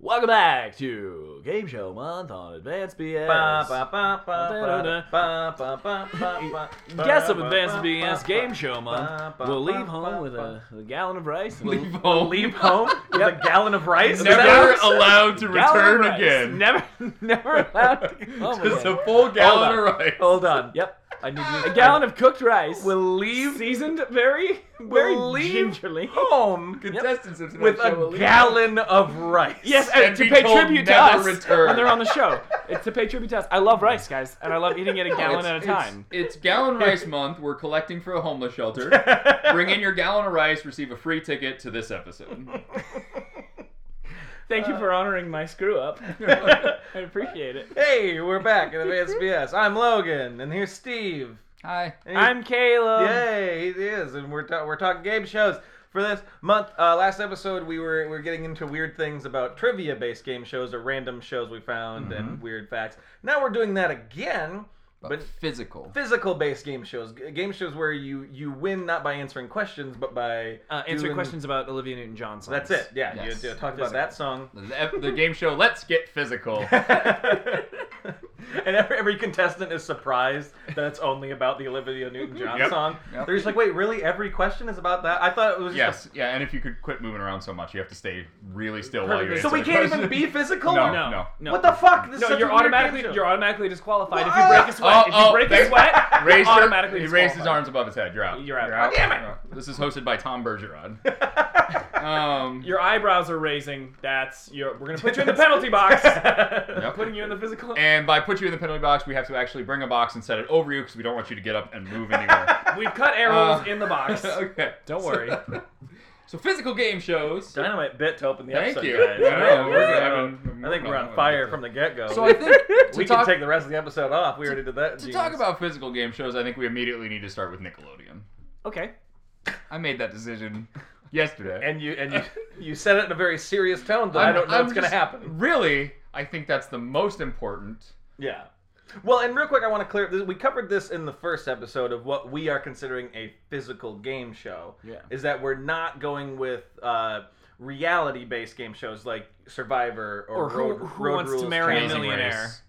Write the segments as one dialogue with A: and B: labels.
A: Welcome back to Game Show Month on Advanced BS. Guests
B: Guests
A: of Advanced BS Game Show Month will leave home with a, a gallon of rice. and-
C: Leave
B: We'll
C: home.
B: leave home with a gallon of rice.
A: Is that
C: Never
A: right?
C: allowed to
A: Gallon of
C: return
A: rice.
C: again.
B: never, never allowed to go home
C: Just
B: again.
C: a full gallon
B: Hold
C: of rice.
B: Hold on.
A: Yep.
B: I need
A: A
B: you.
A: gallon of cooked rice.
B: will leave
A: seasoned very, very
B: Will leave
A: gingerly.
B: home
C: Contestants of
B: with
C: tonight's show will
B: a
C: leave
B: gallon of rice.
A: Yes,
C: And
A: and to
C: be
A: pay
C: told
A: tribute to
C: never
A: us
C: return.
A: when they're on the show. It's to pay tribute to us. I love rice, guys, and I love eating it a
C: No,
A: gallon
C: it's-
A: at a
C: it's-
A: time.
C: It's, gallon rice month. We're collecting for a homeless shelter. Bring in your gallon of rice, receive a free ticket to this episode.
A: Thank you for honoring my screw up. I appreciate it.
B: Hey, we're back at Advanced BS. I'm Logan, and here's Steve.
C: Hi.
B: And
A: I'm Caleb.
B: Yay, he is, and we're ta- we're talking game shows for this month. Uh, last episode, we were we were getting into weird things about trivia-based game shows or random shows we found and weird facts. Now we're doing that again, but
C: physical.
B: physical-based game shows, G- game shows where you you win not by answering questions, but by
A: Uh, answer
B: doing-
A: questions about Olivia Newton-John songs.
B: That's it. Yeah,
C: Yes.
B: you, you talked about that song.
C: The, ep- the game show Let's Get Physical.
B: and every, every contestant is surprised that it's only about the Olivia Newton-John
C: Yep.
B: song.
C: Yep.
B: They're just like, wait, really? Every question is about that? I thought it was just a
C: yes, yeah, and if you could quit moving around so much, you have to stay really still while you're
B: So we can't even be physical.
C: No.
A: No, no.
C: No.
B: What the fuck? This is
A: No,
B: such a
A: you're
B: weird
A: automatically
B: game show.
A: you're automatically disqualified if you
B: What?
A: break a sweat.
C: Oh,
A: if you
C: oh,
A: break a
C: thanks.
A: sweat,
C: Raised
A: you're
C: your-
A: automatically
C: he raised his
A: disqualified.
C: arms above his head. You're out.
A: You're out.
B: God damn it.
C: You're out. Oh, This is hosted by Tom Bergeron. um,
A: Your eyebrows are raising. That's your. We're gonna put you in the penalty box.
C: yep.
A: Putting you in the physical.
C: And by put you in the penalty box, we have to actually bring a box and set it over you because we don't want you to get up and move anywhere.
A: We've cut arrows in the box.
C: Uh, okay.
A: Don't worry.
C: So physical game shows.
B: Dynamite bit to open the
C: Thank
B: episode,
C: you.
B: guys.
C: Yeah,
B: Man,
C: we're
B: we're-
C: having-
B: I think we're on
C: we're
B: fire
C: on-
B: from the get-go.
C: So I think to
B: we
C: talk
B: can take the rest of the episode off. We already did that.
C: to
B: genius.
C: talk about physical game shows. I think we immediately need to start with Nickelodeon.
A: Okay.
C: I made that decision yesterday.
B: and you and you, you said it in a very serious tone that I'm, I
C: I'm-
B: do not know
C: I'm
B: what's gonna
C: just-
B: happen.
C: Really, I think that's the most important.
B: Yeah. Well, and real quick, I want to clear up this. We covered this in the first episode of what we are considering a physical game show.
A: Yeah.
B: Is that we're not going with uh, reality based game shows like Survivor or,
A: Or Who-
B: Road,
A: Who
B: Road
A: Wants to
B: Rules
A: Marry a
B: Challenge.
C: Amazing
A: millionaire.
C: Race.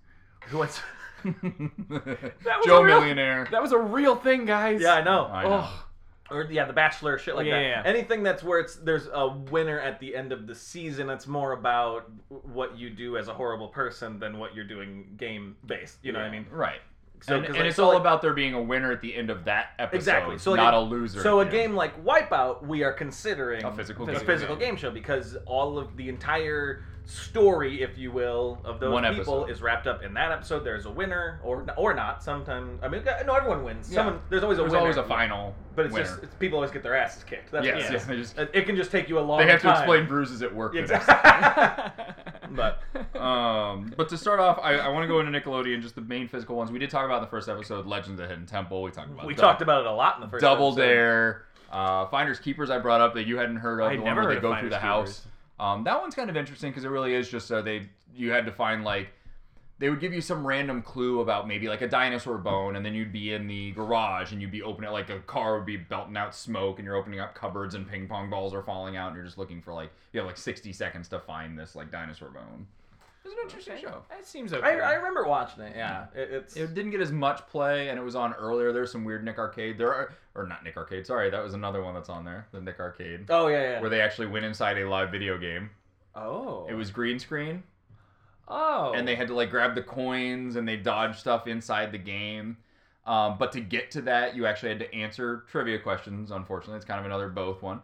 B: Who wants-
A: That was
C: Joe
A: a real-
C: Millionaire.
A: That was a real thing, guys.
B: Yeah, I know.
C: I know.
A: Oh.
B: or yeah, The Bachelor, shit like
A: Yeah,
B: that.
A: yeah, yeah.
B: Anything that's where it's there's a winner at the end of the season. It's more about what you do as a horrible person than what you're doing game based. You know what I mean?
C: Right.
B: So,
C: and
B: 'cause,
C: and
B: like,
C: it's
B: so,
C: all
B: like-
C: about there being a winner at the end of that episode.
B: Exactly. So, like,
C: not
B: a-
C: a loser.
B: So a
C: at the end.
B: game like Wipeout, we are considering
C: A physical
B: a
C: game
B: physical
C: show.
B: game show because all of the entire story, if you will, of those
C: One
B: people
C: episode.
B: is wrapped up in that episode. There's a winner, or or not. Sometimes I mean, no, everyone wins.
C: Yeah.
B: Someone there's always a
C: There's
B: winner.
C: always a final.
B: but it's
C: winner.
B: just it's, people always get their asses kicked. That's
C: yes,
B: what
C: yes.
B: it
C: They
B: is.
C: just
B: It- It can just take you a long.
C: they have to
B: time.
C: explain bruises at work. the next
B: Exactly. but
C: day. um, but to start off, I, I want to go into Nickelodeon, just the main physical ones. We did talk about in the first episode, Legends of the Hidden Temple. We talked about
B: we
C: Dou-
B: talked about it a lot in the first.
C: Double
B: episode.
C: Dare, uh, Finders Keepers. I brought up that you hadn't heard of.
A: I
C: the
A: never
C: one where
A: heard
C: they
A: of
C: go
A: Finders
C: through the
A: Keepers.
C: house. Um, that one's kind of interesting because it really is just uh, they you had to find like they would give you some random clue about maybe like a dinosaur bone, and then you'd be in the garage and you'd be opening like a car would be belting out smoke, and you're opening up cupboards and ping pong balls are falling out, and you're just looking for like you have like 60 seconds to find this like dinosaur bone. It was an interesting show.
A: That seems okay.
B: I, I remember watching it. Yeah, it, it's
C: It didn't get as much play, and it was on earlier. There's some weird Nick Arcade. There are, or not Nick Arcade. Sorry, that was another one that's on there. The Nick Arcade
B: oh yeah yeah.
C: where they actually went inside a live video game.
B: oh,
C: It was green screen,
A: oh.
C: and they had to like grab the coins and they dodge stuff inside the game. Um, but to get to that, you actually had to answer trivia questions. Unfortunately, it's kind of another both one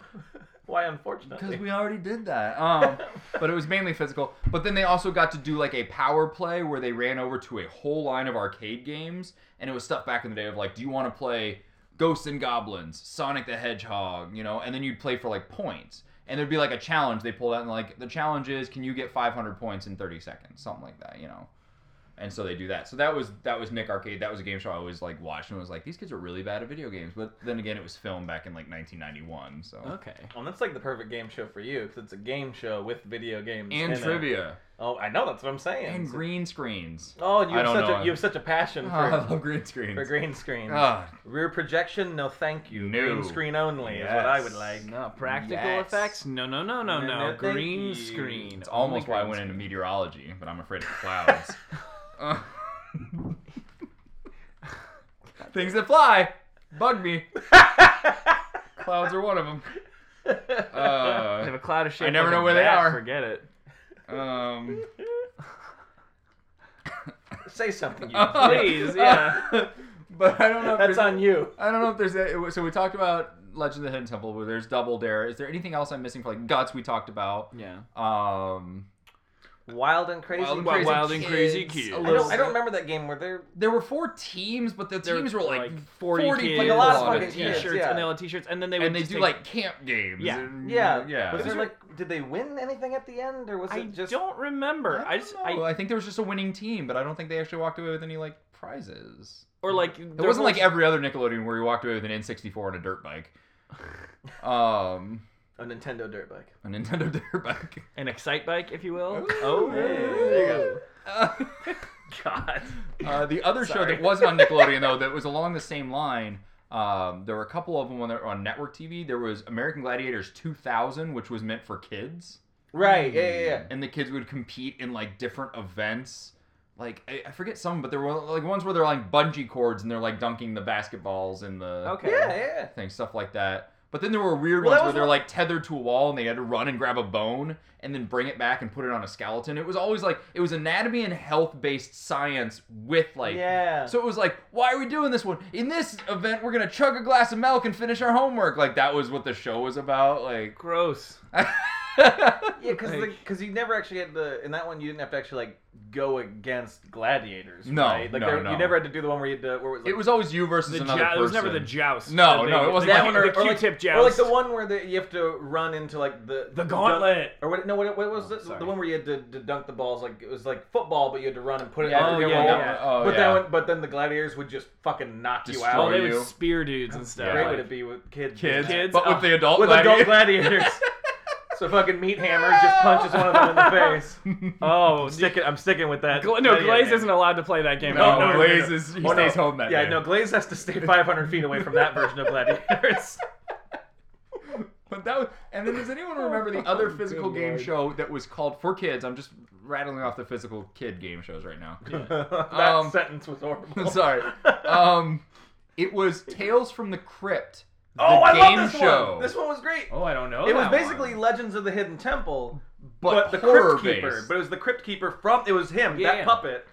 B: why unfortunately
C: because we already did that. Um, but it was mainly physical. But then they also got to do like a power play where they ran over to a whole line of arcade games, and it was stuff back in the day of like, do you want to play Ghosts and Goblins, Sonic the Hedgehog, you know? And then you'd play for like points, and there'd be like a challenge they pulled out, and like the challenge is, can you get 500 points in 30 seconds, something like that, you know? and so they do that. So that was that was Nick Arcade. That was a game show I always like watched and was like, these kids are really bad at video games. But then again, it was filmed back in like 1991. So
A: Okay.
B: Well, that's like the perfect game show for you because it's a game show with video games in
C: and
B: it.
C: trivia
B: Oh, I know that's what I'm saying.
C: and green screens.
B: Oh, and you
C: I
B: have
C: don't
B: such
C: know.
B: a you have such a passion
C: Oh,
B: for,
C: I love green screens.
B: for green screen.
C: Ah,
B: Rear projection, no thank you.
C: No.
B: Green screen only is what I would
C: Yes.
B: like.
A: No practical
C: Yes.
A: effects. No, no, no, no,
B: No,
A: no.
B: no, thank
A: Green
B: you.
A: screen.
C: it's almost
A: Only
C: why I
A: green
C: went into meteorology, but I'm afraid of clouds. Uh, Things that fly bug me. Clouds are one of them.
A: screen. I have
C: Uh,
A: a cloud of shit.
C: never
A: like a
C: know where they
A: bat,
C: are.
A: Forget it.
C: um,
B: Say something, you.
C: Oh,
A: Please, yeah.
C: but I don't know. If
B: That's
C: there's-
B: on you.
C: I don't know if there's a, it was- so we talked about Legend of the Hidden Temple where there's Double Dare. Is there anything else I'm missing for like guts? We talked about.
A: Yeah.
C: Um,
B: Wild and crazy.
C: Wild and
A: Wild
C: Crazy
A: and
C: Kids,
A: Crazy Kids.
C: a
A: I
B: I
C: little
B: don't, I don't remember that game where they're.
C: There were four teams, but the
A: There
C: teams were like,
A: 40
C: 40,
A: kids,
C: people
B: Like a lot of
C: on
B: fucking
C: it.
B: kids,
A: t-shirts,
B: yeah.
A: and they all had t-shirts, and then they would
C: and they
A: just
C: do
A: take-
C: like camp games.
A: Yeah.
C: and-
B: Yeah.
C: Mm, yeah.
B: Was
A: These
B: there
A: are-
B: like? Did they win anything at the end, or was
A: I
B: it just?
A: don't remember. I,
C: I,
A: just
C: don't know.
A: I,
C: I think there was just a winning team, but I don't think they actually walked away with any like prizes.
A: or like
C: It wasn't like every other Nickelodeon where you walked away with an N64 and a dirt bike. Um,
B: A Nintendo dirt bike.
C: a Nintendo dirt bike.
A: an excite bike, if you will.
B: Oh, yeah. There you go.
C: Uh,
A: God.
C: Uh, the other show
A: Sorry.
C: that wasn't on Nickelodeon though, that was along the same line. Um, there were a couple of them when they were on network TV. There was American Gladiators 2000, which was meant for kids,
B: Right. Yeah, yeah, yeah.
C: and the kids would compete in like different events. Like I, I forget some, but there were like ones where they're like bungee cords and they're like dunking the basketballs and the
A: Okay.
B: Yeah, yeah.
C: thing, stuff like that. But then there were weird
B: Well, that
C: ones where
B: was
C: they're
B: one-
C: like tethered to a wall and they had to run and grab a bone and then bring it back and put it on a skeleton. It was always like it was anatomy and health based science with like
B: Yeah.
C: so it was like, why are we doing this one? In this event, we're gonna chug a glass of milk and finish our homework. Like that was what the show was about. Like,
A: Gross.
B: Yeah, because
A: Like-
B: because you never actually had the in that one you didn't have to actually like go against gladiators.
C: No,
B: right? like
C: no,
B: there,
C: no.
B: you never had to do the one where you had to where it was like
C: it was always you versus
A: The jou-
C: another person.
A: it was never the joust.
C: No,
A: The
C: no,
A: big-
C: it wasn't
A: the,
C: like-
B: that
A: Q-
B: one
A: the
B: or, or like,
A: Q-tip joust.
B: or like the one where the, you have to run into like the
A: The gauntlet.
B: or what? No, what, what was
A: Oh,
B: the,
A: sorry.
B: the one where you had to, to dunk the balls like it was like football, but you had to run and put it.
C: Yeah,
B: in
A: Oh,
B: the
A: yeah,
B: goal.
A: yeah.
C: Oh,
B: but
C: yeah.
B: that one, but then the gladiators would just fucking knock
C: Destroy
B: you
A: Oh,
B: out.
A: they
C: you.
A: would spear dudes and stuff.
C: Yeah.
B: Great would it be with kids?
C: kids,
A: Kids,
C: but
A: oh.
C: with the adult
B: with
C: gladiator.
B: adult gladiators. so fucking meat hammer just punches one of them in the face.
A: Oh,
B: I'm sticking. I'm sticking with that.
A: Gla- no,
B: video
A: Glaze
B: game.
A: isn't allowed to play that game.
C: No,
A: Oh,
C: Glaze is he
B: Oh, no.
C: stays home that
B: yeah,
C: day.
B: no, Glaze has to stay 500 feet away from that version of Gladiators.
C: But that was, and then does anyone remember
B: Oh,
C: the other physical
A: Good
C: game
A: lord.
C: show that was called for kids? I'm just rattling off the physical kid game shows right now.
B: that
C: Um,
B: sentence was horrible.
C: Sorry. Um, it was Tales from the Crypt. The
B: oh, I
C: game
B: love this
C: show.
B: one. This one was great.
A: Oh, I don't know.
B: it was
A: that
B: basically
A: one.
B: Legends of the Hidden Temple, but,
C: But
B: the
C: horror
B: Crypt Keeper.
C: based.
B: But it was the Crypt Keeper from. It was him,
A: Yeah.
B: that puppet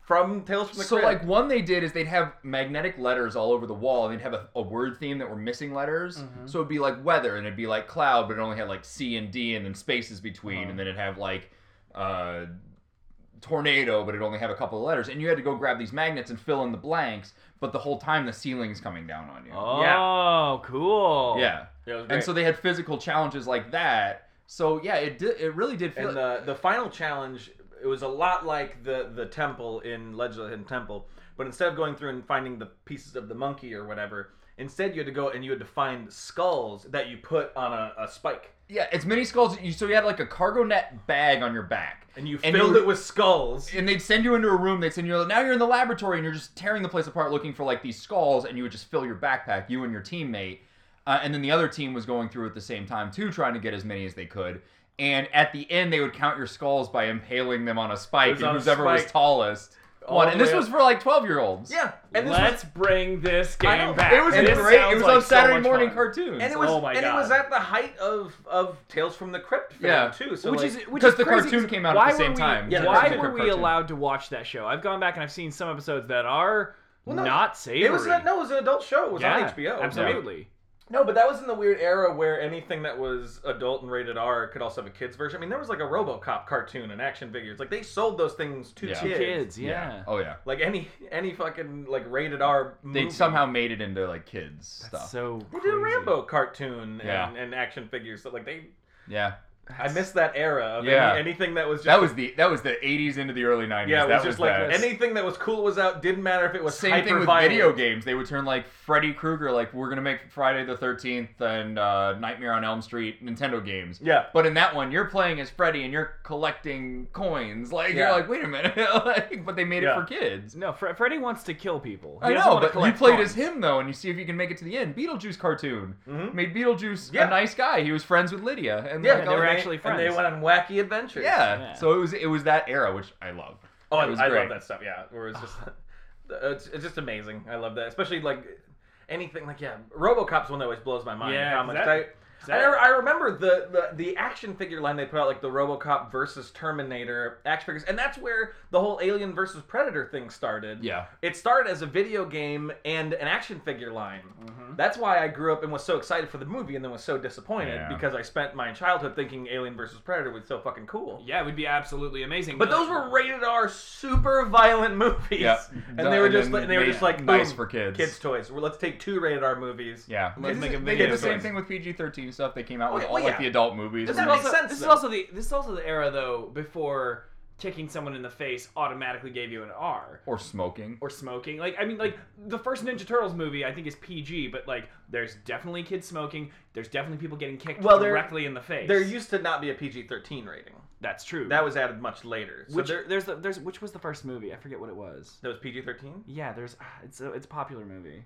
B: from Tales from the
C: So
B: Crypt.
C: like one they did is they'd have magnetic letters all over the wall and they'd have a, a word theme that were missing letters.
B: Mm-hmm.
C: So it'd be like weather and it'd be like cloud, but it only had like C and D and then spaces between,
B: Uh-huh.
C: and then it'd have like uh, tornado, but it only had a couple of letters. And you had to go grab these magnets and fill in the blanks, but the whole time the ceiling's coming down on you.
A: Oh, cool.
C: Yeah.
B: Yeah, it was
C: And
B: great.
C: so they had physical challenges like that. So yeah, it did, it really did feel
B: and the the final challenge it was a lot like the the temple in Legend of the Hidden Temple, but instead of going through and finding the pieces of the monkey or whatever, instead you had to go and you had to find skulls that you put on a, a spike.
C: yeah, it's mini skulls. You so you had like a cargo net bag on your back.
B: And you
C: And
B: filled
C: you-
B: it with skulls.
C: and they'd send you into a room. They'd send you now you're in the laboratory and you're just tearing the place apart looking for like these skulls, and you would just fill your backpack, you and your teammate, uh, and then the other team was going through at the same time too, trying to get as many as they could. And at the end, they would count your skulls by impaling them on a spike,
B: was
C: and
B: on a
C: whoever was
B: spike.
C: tallest
B: All
C: won.
B: the
C: And this
B: way
C: was
B: up.
C: for like twelve year olds.
B: Yeah, and this was,
A: Let's bring this
B: I
A: game
B: know.
A: back.
C: it was
A: This
C: great.
A: sounds
C: It was
A: like
C: on
A: so
C: Saturday
A: much
C: morning
A: fun.
C: cartoons.
B: and it was
A: Oh my
B: and
A: God.
B: it was at the height of of Tales from the Crypt fame
C: Yeah.
B: too. So
A: which
B: like,
A: is which
C: because
A: is
C: the
A: crazy,
C: cartoon
A: 'cause
C: came out at
A: why
C: the same
A: were we-
C: time.
B: Yeah, the
A: why
B: cartoon
A: were
C: came
A: we
C: cartoon.
A: allowed to watch that show? I've gone back and I've seen some episodes that are
B: Well, no,
A: not savory.
B: it was an, no, it was an adult show. It was
A: yeah,
B: on HBO.
A: Absolutely.
B: No, but that was in the weird era where anything that was adult and rated R could also have a kids version. I mean, there was like a RoboCop cartoon and action figures. Like they sold those things to
C: Yeah. To
B: kids.
A: Kids, yeah.
C: Oh yeah.
B: Like any any fucking like rated R. Movie.
C: They somehow made it into like kids
A: That's
C: stuff.
A: so
B: they did a
A: crazy.
B: Rambo cartoon and,
C: Yeah.
B: and action figures. So like they
C: yeah.
B: I miss that era of
C: Yeah.
B: any, anything that was just
C: That was the that was the 80s into the early 90s.
B: yeah, it
C: that
B: was just like
C: that.
B: anything that was cool was out. Didn't matter if it was
C: Same thing with
B: hyper-violent.
C: video games. They would turn like Freddy Krueger, like we're gonna make Friday the Thirteenth and uh, Nightmare on Elm Street Nintendo games.
B: Yeah.
C: But in that one, you're playing as Freddy and you're collecting coins. Like
B: Yeah.
C: you're like, wait a minute. like, but they made
B: Yeah.
C: it for kids.
A: No, Fre- Freddy wants to kill people. He
C: I
A: doesn't
C: know,
A: want to
C: but you
A: collect
C: played
A: coins.
C: as him though, and you see if you can make it to the end. Beetlejuice cartoon
B: Mhm.
C: made Beetlejuice
B: Yeah.
C: a nice guy. He was friends with Lydia, and
B: Yeah,
C: like,
A: they
C: all
A: were
C: the-
A: actually
B: and they
A: friends.
B: went on wacky adventures.
C: yeah.
A: Yeah.
C: So it was it was that era, which I love.
B: Oh, I,
C: It was
B: I love
C: great.
B: that stuff. Yeah, where it's just uh, it's, it's just amazing. I love that, especially like anything like yeah, RoboCop's one that always blows my mind.
A: Yeah,
B: how much
A: that-
B: I,
A: that-
B: I, I remember the, the the action figure line they put out like the RoboCop versus Terminator action figures, and that's where the whole Alien versus Predator thing started.
C: Yeah.
B: It started as a video game and an action figure line.
C: Mm-hmm.
B: That's why I grew up and was so excited for the movie and then was so disappointed
C: Yeah.
B: because I spent my childhood thinking Alien versus Predator was so fucking cool.
A: Yeah, it would be absolutely amazing.
B: But those were rated R, super violent movies.
C: Yeah.
B: and they were just
C: And then
B: like they were
C: made
B: just like
C: nice
B: boom,
C: for kids.
B: kids toys. Well, let's take two rated R movies.
C: Yeah,
A: Let's
C: This
A: make
C: is-
A: a
C: they
A: video
C: did the same
A: game.
C: thing with PG thirteen stuff. They came out with
B: Okay,
C: all
B: well,
C: like
B: yeah.
C: the adult movies.
B: Does
A: This
B: that
A: is
C: and
B: make
A: also-
B: sense,
A: This is
B: though.
A: also the this is also the era though before kicking someone in the face automatically gave you an R.
C: or smoking.
A: Or smoking, like I mean, like the first Ninja Turtles movie, I think is PG, but like there's definitely kids smoking. There's definitely people getting kicked
B: Well, they're-
A: directly in the face.
B: There used to not be a PG thirteen rating.
A: That's true.
B: That was added much later. So
A: which
B: there,
A: there's the, there's which was the first movie? I forget what it was.
B: that was PG thirteen.
A: Yeah, there's ah, it's a it's a popular movie.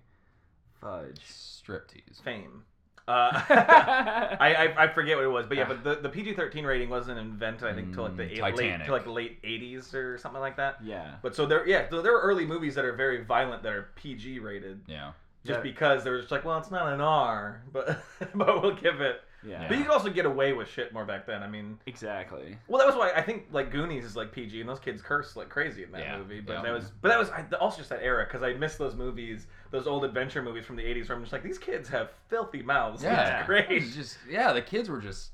A: Fudge.
C: Striptease.
B: Fame. Uh,
A: I
B: I, I I forget what it was, but yeah, but the, the PG thirteen rating wasn't invented I think till like the
C: Mm,
B: eight, late
C: Titanic.
B: till like late eighties or something like that.
A: Yeah.
B: But so there yeah so there were early movies that are very violent that are PG rated
C: Yeah.
B: just
A: That-
B: because they were just like well it's not an R but but we'll give it
A: Yeah.
B: But you could also get away with shit more back then. I mean,
A: Exactly.
B: well, that was why I think like Goonies is like PG, and those kids curse like crazy in that
C: Yeah,
B: movie. But
C: yeah.
B: that was, but that was I, also just that era because I miss those movies, those old adventure movies from the '80s, where I'm just like, these kids have filthy mouths.
C: Yeah.
B: it's great.
C: It's just yeah, the kids were just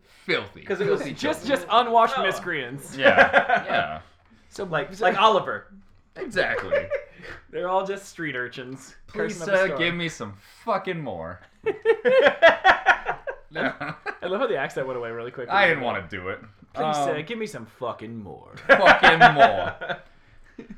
C: filthy.
B: 'Cause it was
C: Filthy
A: Just
C: children.
A: just unwashed
B: No.
A: miscreants.
C: yeah,
A: So
B: Like
A: so-
B: like Oliver.
C: yeah, exactly.
A: They're all just street urchins.
C: Please
A: cursing up a
C: uh,
A: storm.
C: give me some fucking more. Yeah.
A: I love how the accent went away really quickly.
C: I didn't want to do it.
A: Please
C: Um,
A: uh, give me some fucking more.
C: fucking more.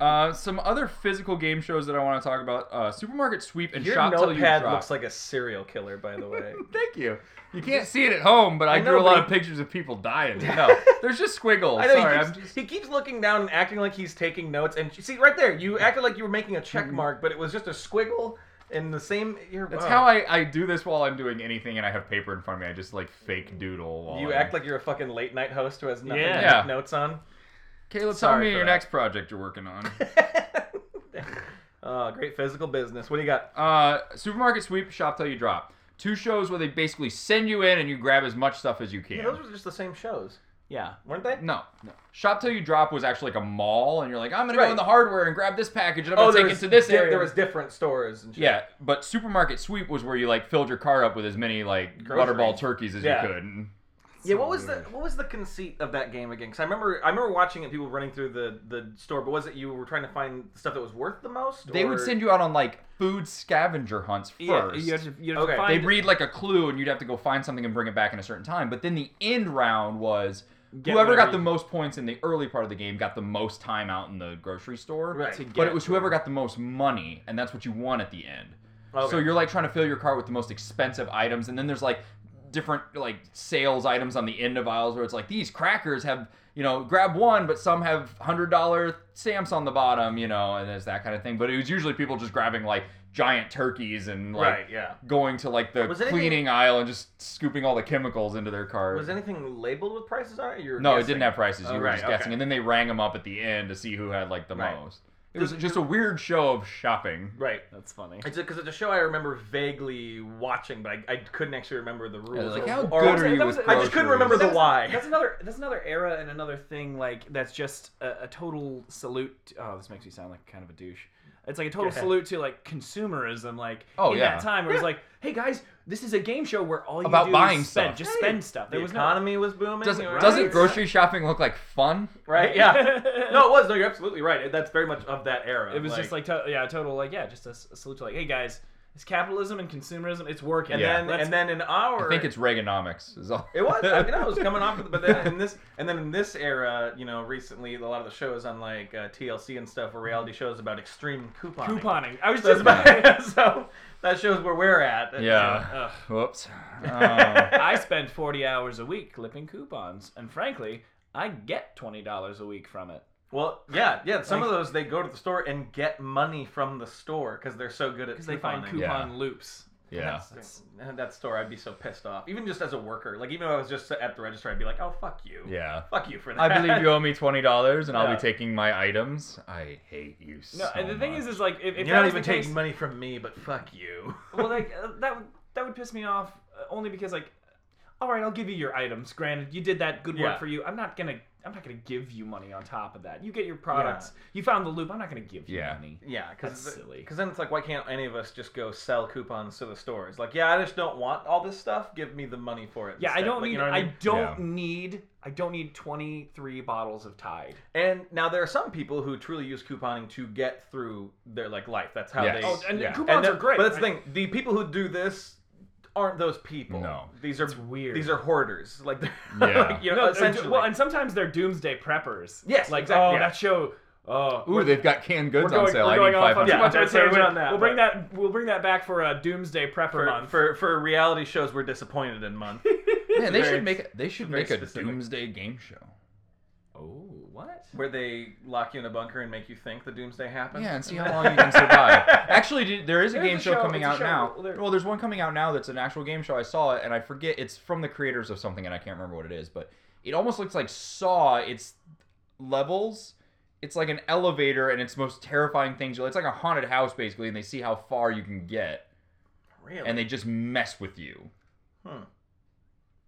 C: Uh, some other physical game shows that I want to talk about: uh, Supermarket Sweep and
B: Your
C: Shop Till You
B: notepad
C: Drop.
B: looks like a serial killer, by the way.
C: Thank you. You can't see it at home, but I,
B: I know,
C: drew a lot
B: but-
C: of pictures of people dying. No, there's just squiggles.
B: I know
C: Sorry,
B: he, keeps,
C: I'm just.
B: he keeps looking down and acting like he's taking notes. And see, right there,
C: Mm-hmm.
B: you acted like you were making a check mark, but it was just a squiggle in the same. You're,
C: That's
B: wow.
C: how I, I do this while I'm doing anything and I have paper in front of me. I just like fake doodle. While
B: You
C: I'm-
B: act like you're a fucking late night host who has nothing
A: Yeah.
B: to
C: Yeah.
B: make notes on.
C: Caleb, tell
A: Sorry
C: me
A: for
C: your
A: that.
C: next project you're working on.
B: oh, great physical business. What do you got?
C: uh, supermarket sweep, shop till you drop. Two shows where they basically send you in and you grab as much stuff as you can.
B: Yeah, those were just the same shows,
A: Yeah.
B: weren't they?
C: No, no. Shop till you drop was actually like a mall, and you're like, I'm gonna
B: Right.
C: go in the hardware and grab this package, and I'm gonna take it to this
B: di-
C: area.
B: Oh, There was different stores and shit.
C: Yeah, but supermarket sweep was where you like filled your car up with as many like water ball
B: Groceries.
C: turkeys as
B: Yeah.
C: you could. And
B: yeah.
A: So
B: What was the
A: weird.
B: what was the conceit of that game again? Because I remember I remember watching it. People running through the the store, but was it you were trying to find stuff that was worth the most?
C: they would send you out on like food scavenger hunts
A: Yeah,
C: first.
A: you have to, you have to
B: Okay.
A: find
C: They'd read like a clue, and you'd have to go find something and bring it back in a certain time. But then the end round was
A: Get
C: whoever
A: whatever
C: got the
A: you-
C: most points in the early part of the game got the most time out in the grocery store.
B: Right.
A: to get.
C: But it was whoever got the most money, and that's what you won at the end.
B: Oh, Okay.
C: So you're like trying to fill your cart with the most expensive items, and then there's like different like sales items on the end of aisles where it's like these crackers have you know grab one, but some have hundred dollar stamps on the bottom, you know, and it's that kind of thing. But it was usually people just grabbing like giant turkeys and like
B: right. Yeah.
C: going to like the
B: Was
C: cleaning
B: anything-
C: aisle and just scooping all the chemicals into their cart.
B: Was anything labeled with prices on it? You were
C: no, it
B: guessing?
C: didn't have prices. You
B: Oh,
C: were
B: right,
C: just guessing,
B: okay.
C: and then they rang them up at the end to see who had like the
B: Right.
C: most. It was just a weird show of shopping.
B: Right.
A: That's funny.
B: It's because it's a show I remember vaguely watching, but I, I couldn't actually remember the rules.
C: like,
B: or-
C: how
B: or-
C: good
A: was
C: are
A: it-
C: you
A: that was it-
C: with
A: I
B: just couldn't
C: groceries?
B: remember the
A: That's-
B: why.
A: That's another. That's another era and another thing. Like that's just a, a total salute. Oh, this makes me sound like kind of a douche. It's like a total
B: ahead.
A: salute to like consumerism. Like
C: Oh,
A: in
C: yeah.
A: that time, where it was like, hey guys, this is a game show where all you
C: About
A: do
C: buying
A: is spend.
C: stuff.
A: Just
B: Hey,
A: spend stuff.
B: The
A: There was no
B: economy was booming.
C: Doesn't
B: you were-
C: doesn't
A: Right.
C: grocery shopping look like fun?
B: Right? Yeah. no, it was. No, you're absolutely right. It- That's very much of that era.
A: It was just like to, yeah, total like yeah, just a, s- a salute to like hey guys, It's capitalism and consumerism. It's work,
B: And
A: and
C: Yeah.
B: then
A: Let's-
B: and then in our
C: I think it's Reaganomics. Is all.
B: It was. I mean, I was coming off, of the, but then in this, and then in this era, you know, recently, a lot of the shows on like uh, TLC and stuff were reality
A: Mm-hmm.
B: shows about extreme couponing.
A: couponing. I was
B: So,
A: just
B: that's
A: about.
B: about, so that shows where we're at.
C: Yeah.
A: Ugh.
C: Whoops. Oh.
A: I spend 40 hours a week clipping coupons, and frankly, I get $20 a week from it.
B: Well, yeah, yeah. Some of those they go to the store and get money from the store because they're so good at
A: Because they find
B: couponing.
A: coupon loops.
C: yeah.
B: That's- that store, I'd be so pissed off. Even just as a worker, like even if I was just at the register, I'd be like, "Oh fuck you,
C: Yeah.
B: fuck you for that."
C: I believe you owe me twenty dollars, and I'll
B: Yeah.
C: be taking my items. I hate you.
A: No,
C: so
A: and the thing is,
C: much.
A: is like if, if
B: You're
A: that
B: not
A: was
B: even
A: the case,
B: taking money from me, but fuck you.
A: well, like uh, that would that would piss me off uh, only because like, all right, I'll give you your items. Granted, you did that good work
B: Yeah.
A: for you. I'm not gonna I'm not gonna give you money on top of that. You get your products. You found the loop. I'm not gonna give you
C: Yeah.
A: money.
B: Yeah, because
A: That's silly.
B: Because then it's like, why can't any of us just go sell coupons to the stores? Like, yeah, I just don't want all this stuff. Give me the money for it.
A: Yeah, I
B: instead.
A: don't
B: Like,
A: need.
B: you know what
A: I,
B: mean?
A: don't
C: Yeah.
A: need. I don't need 23 bottles of Tide.
B: And now there are some people who truly use couponing to get through their like life. That's how
C: Yes.
B: they.
A: Oh, and
C: Yeah.
A: coupons
B: then-
A: are great.
B: But that's
A: I-
B: the thing: the people who do this aren't those people.
C: No.
B: these are
A: It's weird.
B: These are hoarders. Like, they're-
C: Yeah.
B: like, you know,
A: No, they're
B: essentially.
A: do- well, and sometimes they're doomsday preppers.
B: Yes,
A: like
B: exactly,
A: oh,
B: yeah.
A: that show. Oh,
C: ooh, they've got canned goods
A: we're going,
C: on sale.
A: we're
C: I
A: going
C: need
A: off
C: five
A: on too
B: Yeah,
A: much
C: hundred.
B: that's
A: on tangent.
B: where we're on that,
A: we'll bring that. We'll bring that back for a doomsday prepper
B: for,
A: month.
B: for for reality shows, we're disappointed in month.
C: Man, they
B: Very-
C: should make they should
B: very
C: make a
B: specific.
C: doomsday game show.
A: oh, what?
B: Where they lock you in a bunker and make you think the doomsday happens.
C: Yeah, and see how long you can survive. Actually, d- there is a
A: There's
C: game
A: a
C: show,
A: show-
C: coming
A: it's a
C: out
A: show.
C: now.
A: Well, there-
C: Well, there's one coming out now that's an actual game show. I saw it, and I forget it's from the creators of something, and I can't remember what it is. But it almost looks like Saw. It's levels. It's like an elevator, and it's most terrifying things. It's like a haunted house, basically, and they see how far you can get,
B: Really?
C: and they just mess with you.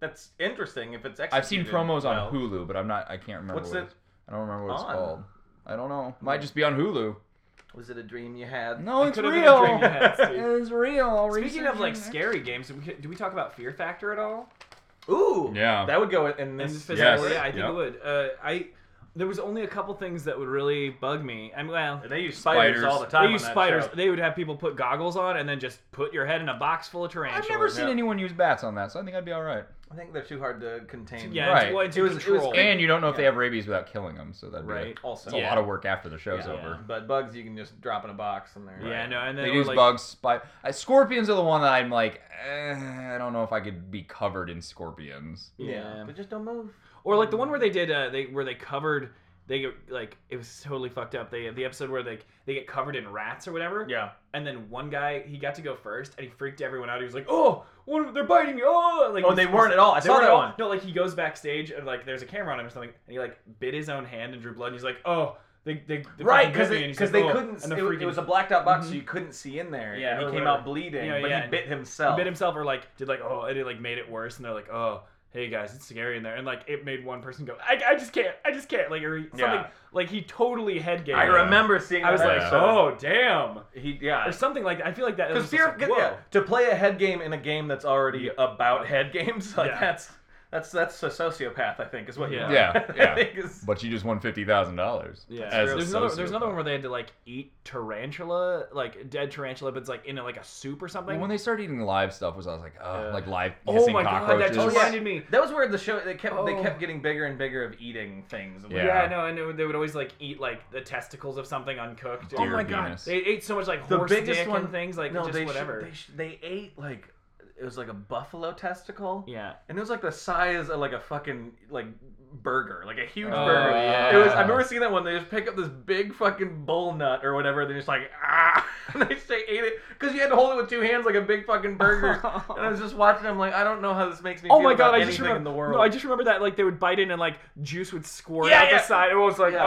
B: That's interesting. If it's
C: I've seen
B: executed
C: promos on
B: well.
C: Hulu, but I'm not. I can't remember.
B: What's
C: what
B: it
C: it's- I don't remember what it's
B: on?
C: called. I don't know. Might just be on Hulu.
B: Was it a dream you had?
C: No,
A: It
C: it's
A: could've been a
C: real.
A: dream you had, Steve.
C: It's real. I'll
A: Speaking of
C: research
A: like
C: it.
A: scary games, do we- do we talk about Fear Factor at all?
B: Ooh.
C: Yeah.
B: That would go in- in this.
A: And
B: physical.
A: physical-
C: Yes.
A: yeah, I think
C: Yep.
A: it would. Uh, I there was only a couple things that would really bug me. I mean, well,
B: They use spiders,
C: Spiders.
B: all the time.
A: they use
B: on that
A: spiders.
B: show.
A: They would have people put goggles on and then just put your head in a box full of tarantulas.
C: I've never seen
B: yeah.
C: anyone use bats on that, so I think I'd be all right.
B: I think they're too hard to contain.
A: Yeah,
C: Right.
A: it's, well, it's
B: It was- it was
A: control.
B: good.
C: And you don't know if they have rabies without killing them, so that'd be
A: Right.
C: like-
B: Also.
C: It's a lot of work after the show's
B: Yeah.
C: over.
B: But bugs, you can just drop in a box and they're.
A: yeah, no, and then
C: They
A: it was
C: use
A: like,
C: bugs, spy. Uh, scorpions are the one that I'm like, eh, I don't know if I could be covered in scorpions.
B: Yeah.
A: Yeah.
B: But just don't move.
A: Or like the
B: Mm.
A: one where they did uh, they where they covered they get, like it was totally fucked up. They the episode where they they get covered in rats or whatever.
B: Yeah.
A: And then one guy he got to go first and he freaked everyone out. He was like, "Oh, what, they're biting me!" Oh, like
B: Oh, they weren't at all. I
A: They
B: saw
A: weren't
B: that
A: at all.
B: one.
A: No, like he goes backstage and like there's a camera on him or something, and he like bit his own hand and drew blood. And he's like, "Oh, they they, they
B: Right,
A: fucking
B: because
A: bit me,"
B: they,
A: and he's
B: cause
A: like,
B: they
A: "Oh,"
B: couldn't.
A: And
B: It,
A: the
B: was-
A: freaking Mm-hmm.
B: it was a blacked out box, so you couldn't see in there.
A: Yeah,
B: and he
A: or
B: came
A: whatever.
B: out bleeding,
A: Yeah,
B: but
A: yeah,
B: he
A: and
B: bit himself.
A: bit himself or like did like oh and it like made it worse and they're like oh hey guys it's scary in there and like it made one person go I, I just can't I just can't like or he- something
B: Yeah.
A: like he totally head game
B: I remember seeing.
A: I was
B: that
A: like
C: Yeah.
B: episode.
A: oh damn
B: He yeah.
A: or something like that. I feel like that
B: Because
A: was just
B: fear,
A: like,
B: yeah,
A: whoa
B: to play a head game in a game that's already about head games, like
A: Yeah.
B: that's that's that's a sociopath, I think, is what you
A: Yeah.
B: are.
C: Yeah, yeah.
B: I think is,
C: But you just won fifty thousand dollars.
A: yeah
C: as a
A: there's another there's another
C: sociopath.
A: one where they had to like eat tarantula like dead tarantula but it's like in like a soup or something
C: Well, when they started eating live stuff, was I was like, oh,
A: Yeah.
C: like live
A: Oh
C: hissing
A: my God, that
C: cockroaches.
A: just
B: yeah.
A: reminded me.
B: That was where the show they kept they
A: Oh.
B: kept getting bigger and bigger of eating things. Like,
C: Yeah.
A: yeah, no, and it- they would always like eat like the testicles of something uncooked.
C: Oh my God.
A: They ate so much like
B: The
A: horse
B: biggest
A: dick
B: one
A: and things like
B: no,
A: just
B: they should-
A: whatever.
B: they, should- they ate like it was like a buffalo testicle.
A: yeah,
B: And it was like the size of like a fucking like burger, like a huge
C: Oh,
B: burger.
C: yeah.
B: It was. I remember seeing that one. They just pick up this big fucking bull nut or whatever. They're just like ah, and they just ate it because you had to hold it with two hands like a big fucking burger. and I was just watching. I'm like, I don't know how this makes me.
A: Oh
B: feel
A: my god!
B: about
A: I
B: anything
A: just remember.
B: in the world.
A: No, I just remember that like they would bite in and like juice would squirt
B: Yeah,
A: out
B: yeah.
A: the side. It was like
B: Yeah. Uh,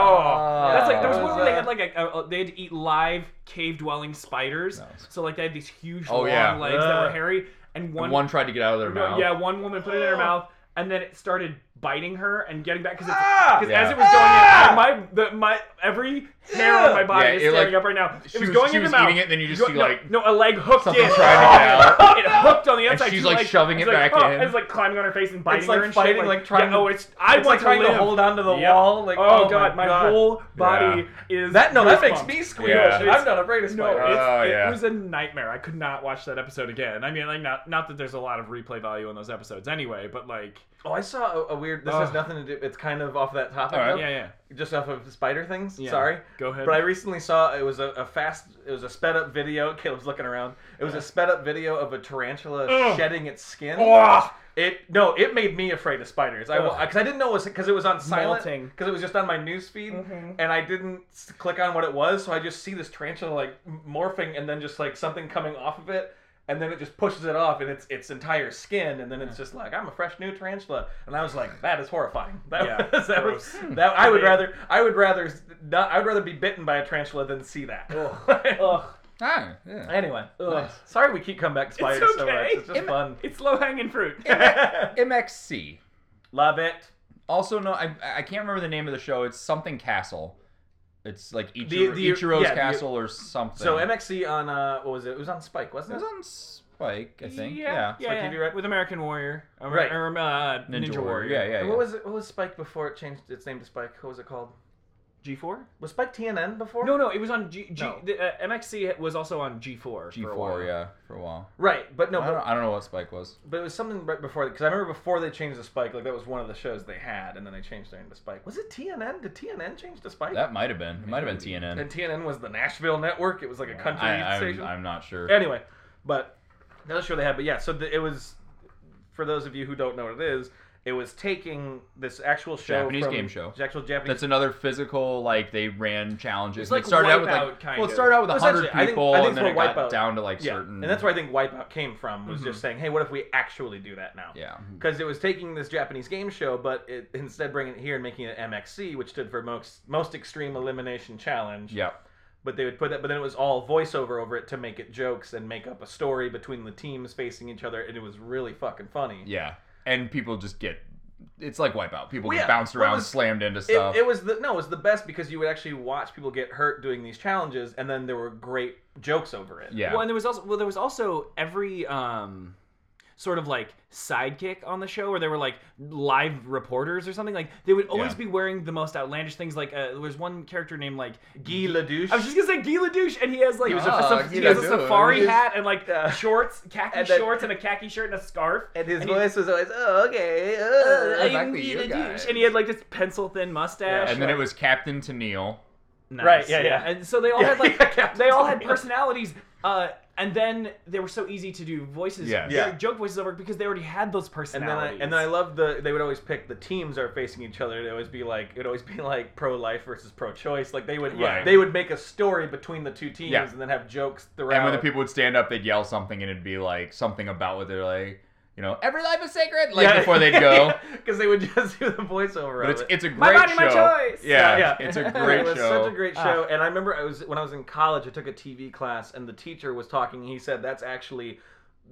A: oh, that's like there was
B: Yeah.
A: one where they had like a, a, a- they had to eat live cave dwelling spiders.
C: Nice.
A: So like they had these huge
C: Oh,
A: long
C: yeah.
A: legs that were
B: Ugh.
A: hairy, and one,
C: And one tried to get out of their
A: no,
C: mouth.
A: yeah one woman put it in her mouth, and then it started biting her and getting back because
B: Ah!
A: because
C: Yeah.
A: as it was going in,
B: Ah! Yeah.
A: my the, my every hair on my body
C: Yeah,
A: is
C: it, like,
A: standing up right now. It
C: she
A: was
C: was-
A: going
C: she
A: in the
C: was
A: mouth.
C: eating it, and then you just
A: Go-
C: see,
A: no,
C: like,
A: no, a leg hooked
C: something
A: in.
C: trying to get out.
A: It hooked on the outside.
C: she's,
A: She,
C: like, shoving it
A: it's like,
C: back
A: oh,
C: in.
A: It's like climbing on her face and biting
B: like
A: her and
B: fighting,
A: shit.
B: like, trying
A: yeah,
B: to-
A: oh, it's I
B: it's
A: want
B: like trying
A: to, live.
B: to hold onto the
A: Yep.
B: wall. Like,
A: oh, god, my, whole body is.
B: That no, that makes
A: goosebumps.
B: me
C: Yeah.
B: squeal. Shit, I'm not afraid of
A: No,
B: spiders.
A: it's,
C: Oh,
A: it
C: yeah.
A: was a nightmare. I could not watch that episode again. I mean, like, not not that there's a lot of replay value in those episodes anyway, but like,
B: oh, I saw a, a weird. This has
A: Ugh.
B: nothing to do. It's kind of off that topic,
C: All right.
B: though,
A: yeah, yeah.
B: just off of spider things.
A: yeah.
B: Sorry.
A: go ahead.
B: But I recently saw it was a, a fast, it was a sped up video. Caleb's looking around. It was a sped up video of a tarantula
A: Ugh.
B: shedding its skin.
A: Ugh.
B: It no, it made me afraid of spiders. I
A: Ugh.
B: because I didn't know it was because it was on silent
A: Melting. Mm-hmm.
B: because it was just on my news feed and I didn't s- click on what it was, so I just see this tarantula like m- morphing and then just like something coming off of it. And then it just pushes it off, and it's its entire skin, and then it's just like I'm a fresh new tarantula, and I was like, that is horrifying. That
A: Yeah,
B: was- that was-
A: gross.
B: that I would
A: Yeah.
B: rather I would rather s- not I would rather be bitten by a tarantula than see that.
A: Ugh.
C: Ah, yeah.
B: anyway, ugh. sorry we keep coming back to spiders so much.
A: okay.
B: It's just
C: Im-
B: fun.
A: It's low hanging fruit.
C: MXC.
B: Love it.
C: Also, no, I, I can't remember the name of the show. It's something Castle. It's like Ichiro,
B: The- the-
C: Ichiro's
B: yeah, the-
C: Castle or something.
B: So MXC on uh, what was it? It was on Spike,
C: It
B: wasn't
C: was
B: it?
C: on Spike, I think.
A: Yeah,
C: Yeah.
A: yeah,
B: Spike
A: yeah.
B: TV, right?
A: With American Warrior, or,
B: Right.
A: or, um, uh, Ninja, Warrior.
C: Yeah, yeah,
B: And
C: yeah.
B: What was it? What was Spike before it changed its name to Spike? What was it called?
A: G four?
B: Was Spike TNN before?
A: No, no, it was on G. G
B: No.
A: the, uh, MXC was also on G four.
C: G4, yeah, for a while.
B: Right, but no,
C: I, don't,
B: but,
C: I don't know what Spike was.
B: but it was something right before because I remember before they changed to Spike, like that was one of the shows they had, and then they changed their name to Spike. Was it TNN? Did TNN change to Spike?
C: That might have been. It might have been TNN.
B: and TNN was the Nashville network. It was like a country
C: I,
B: station.
C: I'm, I'm not sure.
B: anyway, but that's sure they had. But yeah, so the, it was for those of you who don't know what it is. It was taking this actual show,
C: Japanese
B: from-
C: game show.
B: the actual Japanese.
C: That's another physical, like they ran challenges.
A: It's
C: and
A: like
C: it started out with
A: Wipeout,
C: like,
A: kind
C: well,
A: of.
C: it started out with
B: Well,
C: hundred
B: essentially, I think-
C: people,
B: I think
C: and then
B: it's
C: it
B: what
C: got
B: Wipeout-
C: down to like
B: yeah,
C: certain. Mm-hmm.
B: and that's where I think Wipeout came from. Was just saying, hey, what if we actually do that now?
C: Yeah.
B: because it was taking this Japanese game show, but it, instead bringing it here and making it MXC, which stood for most most extreme elimination challenge.
C: Yeah.
B: But they would put that, but then it was all voiceover over it to make it jokes and make up a story between the teams facing each other, and it was really fucking funny.
C: Yeah. And people just get. It's like Wipeout. People
B: Well,
C: get
B: yeah,
C: bounced
B: well, it
C: around,
B: was-
C: slammed into stuff.
B: It, it was the no, it was the best because you would actually watch people get hurt doing these challenges, and then there were great jokes over it.
C: yeah.
A: Well, and there was also well, there was also every um, sort of like sidekick on the show where they were like live reporters or something. Like they would always
C: Yeah.
A: be wearing the most outlandish things. Like uh, there was one character named like
B: Guy Ladouche.
A: I was just gonna say Guy Ladouche, and he has like
C: He was a-
A: a,
C: Oh,
A: he has a
C: Guy Ladouche.
A: safari
B: He's-
A: hat and like
B: Yeah.
A: shorts, khaki
B: And then-
A: shorts, and a khaki shirt and a scarf.
B: and his
A: and he-
B: voice was always, "Oh, okay." uh,
A: Uh,
B: I-
C: Exactly, you
A: Guy
C: guys.
A: Ladouche. And he had like this pencil thin mustache.
C: and then it was Captain Tennille.
A: Nice.
B: Right, yeah, yeah.
A: And so they all
B: Yeah,
A: had like
B: yeah, Captain
A: they all had
B: Tennille.
A: personalities. Uh, and then they were so easy to do voices,
C: Yes.
A: their
B: Yeah.
A: joke voices over because they already had those
B: And then, I,
A: personalities.
B: and then I loved the they would always pick the teams that are facing each other. It'd always be like it'd always be like pro life versus pro choice. Like they would
C: Right.
B: they would make a story between the two teams
C: Yeah.
B: and then have jokes throughout.
C: And when the people would stand up, they'd yell something, and it'd be like something about what they're like, you know, every life is sacred, like before they'd go.
B: because they would just do the voiceover.
C: But
B: of
C: it's
B: it.
C: it's a great
A: My body,
C: show.
A: my choice!
B: Yeah,
C: Yeah,
B: yeah.
C: it's a
B: it
C: great
B: was
C: show.
B: such a great
A: Ah.
B: show. And I remember I was when I was in college, I took a TV class, and the teacher was talking. He said that's actually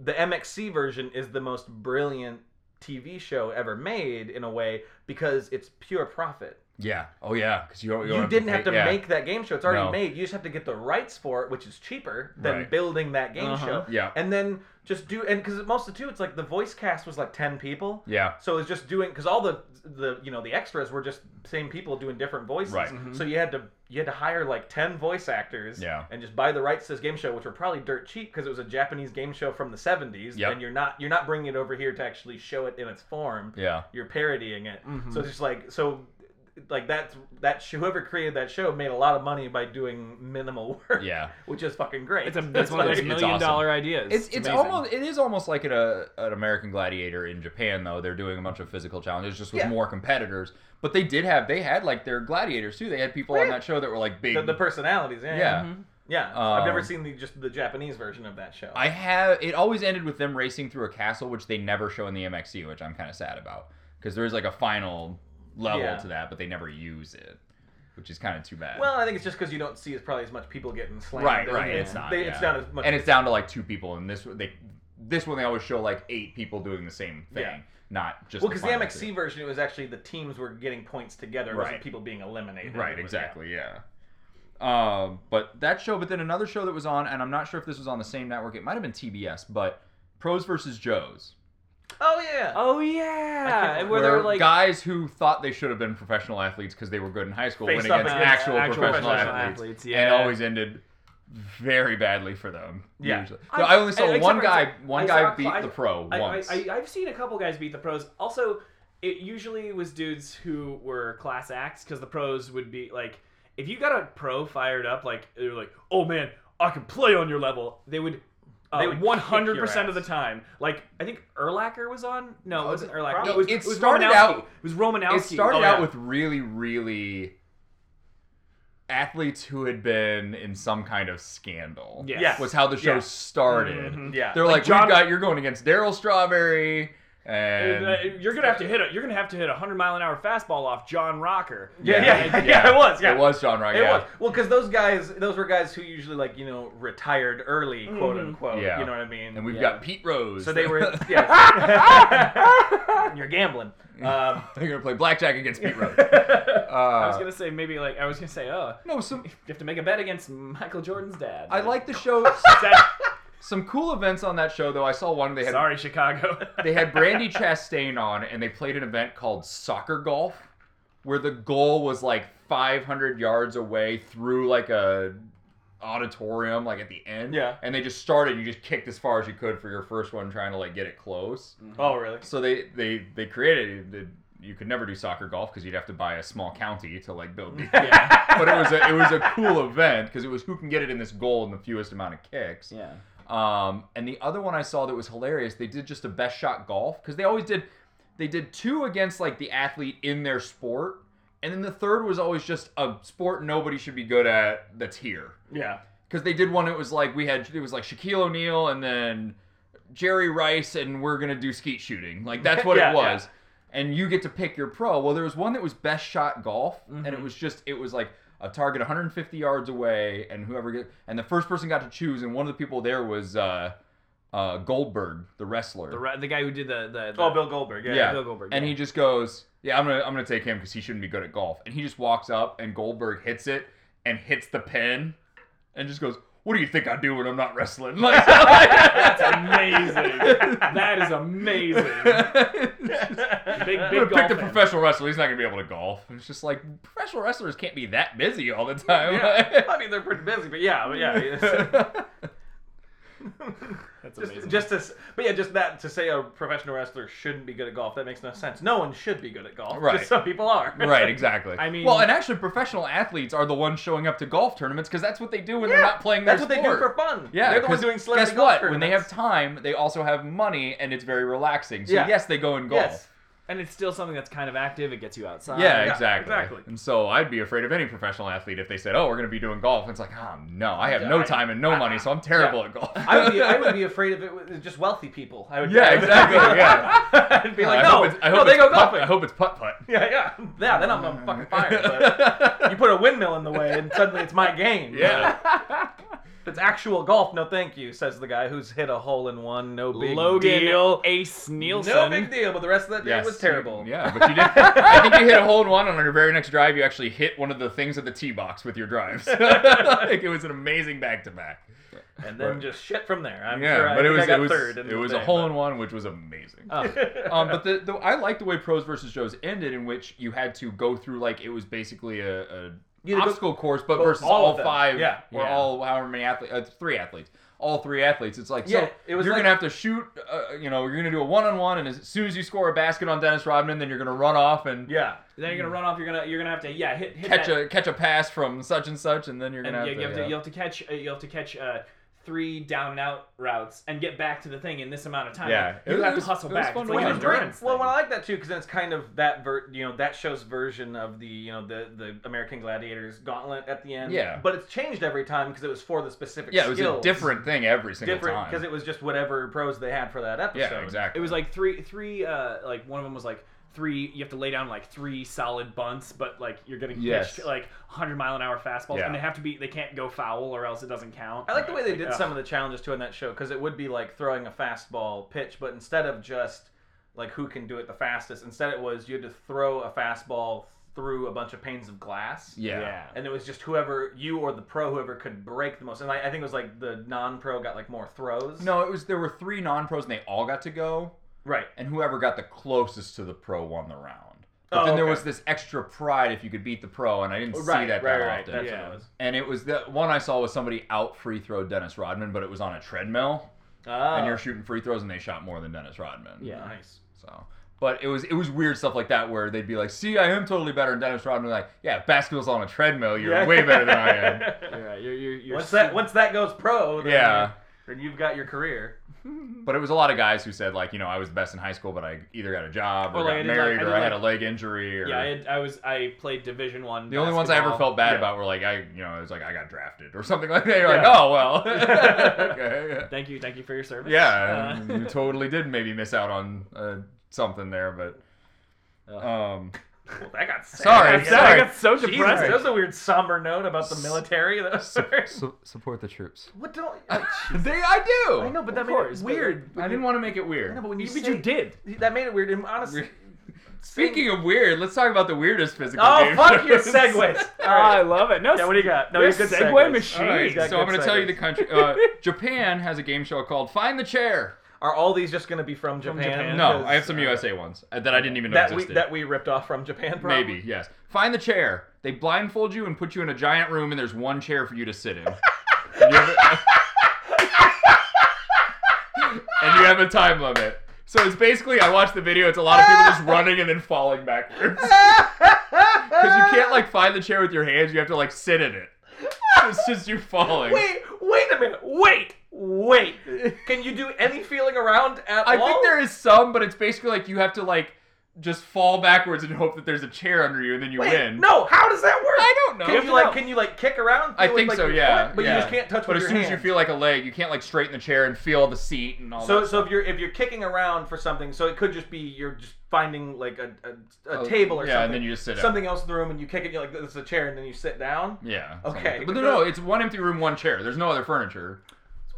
B: the MXC version is the most brilliant TV show ever made in a way because it's pure profit.
C: yeah. Oh yeah, because you don't-
B: You
C: don't
B: didn't have to
C: pay- yeah.
B: make that game show. It's already
C: No.
B: made. You just have to get the rights for it, which is cheaper than
C: Right.
B: building that game
A: Uh-huh.
B: show.
C: Yeah.
B: And then just do and because most of the two, it's like the voice cast was like ten people.
C: Yeah.
B: So it's just doing because all the the you know the extras were just same people doing different voices.
C: Right.
A: Mm-hmm.
B: So you had to you had to hire like ten voice actors.
C: Yeah.
B: And just buy the rights to this game show, which were probably dirt cheap because it was a Japanese game show from the seventies.
C: Yep.
B: And you're not you're not bringing it over here to actually show it in its form
C: Yeah.
B: you're parodying it.
A: Mm-hmm.
B: So it's just like so, like that's that sh- whoever created that show made a lot of money by doing minimal work.
C: Yeah.
B: which is fucking great.
A: it's a, that's one of
C: like-
A: those
C: it's
A: million dollar
C: awesome.
A: ideas.
C: It's it's
A: amazing.
C: almost it is almost like an, uh, an American Gladiator in Japan though. They're doing a bunch of physical challenges just with
B: Yeah.
C: more competitors. But they did have they had like their gladiators too. They had people on
B: Yeah.
C: that show that were like big.
B: the, the personalities. Yeah,
C: yeah.
A: Mm-hmm.
B: yeah. I've never
C: Um,
B: seen the just the Japanese version of that show.
C: I have it always ended with them racing through a castle, which they never show in the MXC, which I'm kind of sad about because there is like a final level
B: Yeah.
C: to that, but they never use it, which is kind of too bad.
B: well, I think it's just because you don't see as probably as much people getting slammed.
C: right,
B: and
C: right.
B: they-
C: It's not.
B: They,
C: yeah.
B: It's not as much.
C: and it's down to like two people, and this they this one they always show like eight people doing the same thing,
B: Yeah.
C: not just.
B: Well, because the E
C: final
B: MXC
C: two.
B: version, it was actually the teams were getting points together, it wasn't
C: Right.
B: people being eliminated.
C: Right,
B: It was-
C: exactly, yeah. Um, but that show, but then another show that was on, and I'm not sure if this was on the same network. It might have been TBS, but Pros versus Joes,
B: yeah. Oh yeah.
C: Um,
A: Oh
B: I can't
A: yeah,
B: remember.
A: where they're like
C: guys who thought they should have been professional athletes because they were good in high school went
B: Faced up
C: against
B: against
C: actual, professional, athletes,
A: yeah.
C: and always ended very badly for them.
B: Yeah.
C: usually.
A: I-
C: So I only
A: I-
C: saw
A: I
C: one
A: saw-
C: guy. One
A: I
C: guy
A: saw-
C: beat
A: I-
C: the pro
A: I, I,
C: once.
A: I, I've seen a couple guys beat the pros. Also, it usually was dudes who were class acts because the pros would be like, if you got a pro fired up, like they were like, "Oh man, I can play on your level." They would. Uh,
B: They would kick your
A: One hundred percent of the
B: ass.
A: time, like I think Erlacher was on. No, it wasn't Erlacher.
B: probably-
A: It, was,
C: It
A: it was
C: started
A: Romanowski.
C: out-
A: It was Romanowski.
C: it started
B: Oh,
C: out
B: yeah.
C: with really, really athletes who had been in some kind of scandal.
A: Yes.
B: Yes.
C: was how the show
B: Yeah. Mm-hmm.
C: started.
A: Mhm.
B: Yeah.
C: They're like,
A: Like John-
C: we've got you're going against Daryl Strawberry and
A: Uh, You're gonna have to hit a you're gonna have to hit a hundred mile an hour fastball off John Rocker.
B: yeah,
C: Yeah.
B: yeah, yeah, It was. Yeah.
C: it was John Rock.
B: It
C: yeah.
B: was. Well, because those guys, those were guys who usually like you know retired early, quote
A: Mhm.
B: unquote.
C: Mm-hmm. Yeah.
B: You know what I mean?
C: And we've
A: Yeah.
C: got Pete Rose.
B: so they were. Yeah. You're gambling. Um,
C: They're gonna play blackjack against Pete Rose.
B: yeah.
A: I was
C: Uh,
A: gonna say maybe like I was gonna say oh
C: no, some
A: you have to make a bet against Michael Jordan's dad.
C: I like the show.
A: Sad-
C: some cool events on that show though. I saw one they had
A: Sorry, Chicago.
C: they had Brandy Chastain on, and they played an event called soccer golf, where the goal was like 500 yards away through like a auditorium, like at the end.
B: Yeah.
C: And they just started. You just kicked as far as you could for your first one, trying to like get it close.
B: Oh really?
C: So they they they created. It, you could never do soccer golf because you'd have to buy a small county to like build. The,
A: yeah.
C: but it was a, it was a cool event because it was who can get it in this goal in the fewest amount of kicks.
A: Yeah.
C: Um, and the other one I saw that was hilarious, they did just a best shot golf because they always did, they did two against like the athlete in their sport, and then the third was always just a sport nobody should be good at that's here.
B: Yeah.
C: Because they did one, it was like we had it was like Shaquille O'Neal and then Jerry Rice, and we're gonna do skeet shooting. Like that's what
B: Yeah,
C: it was. And you get to pick your pro. Well, there was one that was best shot golf, and
B: Mm-hmm.
C: it
A: Mhm.
C: was just it was like a target 150 yards away, and whoever get and the first person got to choose, and one of the people there was uh, uh, Goldberg, the wrestler.
A: The, ra- the guy who did the the, the
B: Oh, Bill Goldberg. Yeah.
C: Yeah.
A: Bill Goldberg.
C: And
A: yeah.
C: he just goes, "Yeah, I'm gonna I'm gonna take him because he shouldn't be good at golf." And he just walks up, and Goldberg hits it and hits the pin, and just goes, "What do you think I do when I'm not wrestling?" Like,
A: That's amazing. that is amazing. Big
C: I'm
A: big
C: gonna
A: golf
C: pick the
A: fan.
C: professional wrestler. He's not gonna be able to golf. And It's just like professional wrestlers can't be that busy all the time.
B: Yeah. I mean, they're pretty busy, but yeah, but yeah.
A: That's
B: Just,
A: amazing.
B: just to, s- but yeah, just that to say a professional wrestler shouldn't be good at golf. That makes no sense. No one should be good at golf.
C: Right.
B: Just some people are.
C: right, exactly.
A: I mean-
C: well, and actually, professional athletes are the ones showing up to golf tournaments because that's what they do when they're
B: Yeah,
C: not playing their
B: That's what they do
C: sport.
B: for fun.
C: Yeah,
B: They're the ones
C: 'cause
B: doing celebrity
C: Guess
B: golf
C: what? When they have time, they also have money, and it's very relaxing. So
B: Yeah.
C: yes, they go and golf.
B: Yes.
A: and it's still something that's kind of active. It gets you outside.
C: Yeah,
B: Uh, yeah,
C: exactly.
B: exactly.
C: And so I'd be afraid of any professional athlete if they said, "Oh, we're going to be doing golf." And it's like, "Oh no, I have no
B: I-
C: time and no money, so I'm terrible at golf."
B: I would, be, I would be afraid of it with just wealthy people. I would.
C: yeah, exactly. Yeah.
B: I'd be like,
C: I hope
B: no,
C: it's- I
B: no,
C: hope
B: they
C: it's
B: go
C: putt-
B: golfing.
C: I hope it's putt putt.
B: Yeah, yeah, yeah. Then I'm, I'm fucking fired. But you put a windmill in the way, and suddenly it's my game.
C: yeah.
B: If it's actual golf, no, thank you, says the guy who's hit a hole in one. No big
A: Logan
B: deal.
A: Ace Nielsen.
B: No big deal. But the rest of that day
C: Yes.
B: was terrible.
C: Yeah, but you did. I think you hit a hole in one and on your very next drive. You actually hit one of the things at the tee box with your drives. like it was an amazing back to back.
B: And then
C: Right.
B: just shit from there. I'm
C: Yeah,
B: sure I,
C: but it
B: think
C: was
B: I got
C: it was
B: third. in
C: it
B: the
C: was
B: thing,
C: a hole
B: but-
C: in one, which was amazing.
A: Oh.
C: um, but the, the I like the way pros versus joes ended, in which you had to go through like it was basically a, a
B: You had to go-
C: obstacle course, but
B: but
C: versus
B: all
C: all,
B: of them.
C: five
B: Yeah.
C: or
A: Yeah.
C: all however many athletes, uh, three athletes, all three athletes. It's like
B: Yeah,
C: so
B: it was
C: you're
B: like-
C: gonna have to shoot, uh, you know, you're gonna do a one on one, and as soon as you score a basket on Dennis Rodman, then you're gonna run off and
B: Yeah.
A: Then you're gonna run off. You're gonna you're gonna have to yeah hit hit
C: catch
A: that,
C: a catch a pass from such and such, and then you're gonna
A: and you,
C: have
A: you
C: to,
A: have to you have to catch uh, you have to catch uh, three down and out routes and get back to the thing in this amount of time.
C: Yeah.
A: you
C: It
A: have
C: was-
A: to hustle
C: it was
A: back.
C: fun
A: It's
C: to
A: like
B: Which
A: an
C: watch.
B: is great.
A: endurance.
B: Well,
A: thing.
B: well, I like that too because then it's kind of that ver- you know that show's version of the you know the the American Gladiators gauntlet at the end.
C: Yeah.
B: But it's changed every time because it was for the specific.
C: yeah, it was a
B: skills.
C: different thing every single
B: different
C: time.
B: because it was just whatever pros they had for that episode.
C: yeah, exactly.
A: It was like three, three. Uh, like one of them was like three. You have to lay down like three solid bunts, but like you're getting
C: Yes.
A: pitched like 100 mile an hour fastballs,
C: Yeah.
A: and they have to be. They can't go foul, or else it doesn't count. uh,
B: I like the way they did
A: ugh.
B: some of the challenges too on that show because it would be like throwing a fastball pitch, but instead of just like who can do it the fastest, instead it was you had to throw a fastball through a bunch of panes of glass.
C: Yeah.
B: And it was just whoever you or the pro whoever could break the most. And I, I think it was like the non-pro got like more throws.
C: No, it was there were three non pros and they all got to go,
B: right.
C: and whoever got the closest to the pro won the round. But
B: Oh,
C: then there
B: okay.
C: was this extra pride if you could beat the pro, and I didn't
B: right,
C: see that
B: right,
C: that
B: right.
C: often.
B: That's
A: Yeah.
B: what it was.
C: And it was the one I saw was somebody out free throw Dennis Rodman, but it was on a treadmill,
B: Oh,
C: and you're shooting free throws, and they shot more than Dennis Rodman.
A: Yeah.
B: nice.
C: So, but it was it was weird stuff like that where they'd be like, "See, I am totally better," and Dennis Rodman would be like, "Yeah, basketball's on a treadmill. You're
B: Yeah.
C: way better than I am."
A: You're right. You're, you're, you're
B: Once
A: super-
B: that once that goes pro, then,
C: Yeah.
B: then you've got your career.
C: But it was a lot of guys who said like, you know, I was the best in high school, but I either got a job or,
A: Or, like, I
C: got
A: did, like-
C: married
A: I
C: or
A: did,
C: I had a
A: like-
C: leg injury. Or...
A: Yeah, I, had, I was. I played Division One.
C: the only ones I ever felt bad
A: Yeah.
C: about were like I, you know, it was like I got drafted or something like that. You're like,
A: Yeah.
C: oh well. okay.
A: Thank you, thank you for your service.
C: Yeah,
A: Uh,
C: you totally did maybe miss out on uh, something there, but. Um,
B: Well, that got sad.
C: Sorry,
A: I
B: Yeah.
A: said I
C: sorry.
A: got so
B: Jesus,
A: depressed.
B: that was a weird somber note about the military. That was sorry.
D: support the troops.
B: What don't I,
C: they, I do.
B: I know, but
A: Of
B: that made
A: course,
B: it
A: but-
B: weird.
C: I didn't want to make it weird.
B: No, but when you,
A: You, but
B: say-
A: you did.
B: that made it weird. And honestly,
C: Speaking of weird, let's talk about the weirdest physical.
B: oh
C: game
B: fuck your
C: shows.
B: segues.
A: Oh,
B: All right.
A: I love it. No,
B: Yeah, what do you got? No,
A: you're
B: you're good
A: segue
B: segues.
A: machine.
C: All
B: Jeez,
C: right,
B: got
C: so I'm
B: good
C: going to tell you
B: segues.
C: the country. Uh, Japan has a game show called Find the Chair.
B: Are all these just gonna be from Japan?
A: Japan.
C: No,
B: Because
C: I have some USA ones uh, that I didn't even know
B: that we
C: existed.
B: that we ripped off from Japan. Probably.
C: Maybe yes. Find the chair. They blindfold you and put you in a giant room, and there's one chair for you to sit in. and, you have a, and you have a time limit. So it's basically I watched the video. It's a lot of people just running and then falling backwards because you can't like find the chair with your hands. You have to like sit in it. It's just you falling.
B: Wait, wait a minute. Wait, wait. Can you do any feeling around at
C: I
B: all?
C: think there is some, but it's basically like you have to like just fall backwards and hope that there's a chair under you, and then you
B: Wait,
C: win.
B: No, how does that work?
C: I don't know.
B: Can you like can you like kick around?
C: I
B: feel
C: think
B: like
C: so,
B: your
C: yeah,
B: foot, but
C: yeah.
B: you just can't touch
C: But
B: with
C: as soon
B: your
C: as you
B: hand.
C: feel like a leg, you can't like straighten the chair and feel the seat and all
B: So,
C: that.
B: so if you're if you're kicking around for something, so it could just be you're just finding like a, a, a
C: Oh,
B: table or
C: yeah,
B: something.
C: and then you just sit down.
B: something else in the room, and you kick it. You're like, this is a chair, and then you sit down.
C: yeah.
B: Okay.
C: something like that. But no, no, it's one empty room, one chair. There's no other furniture.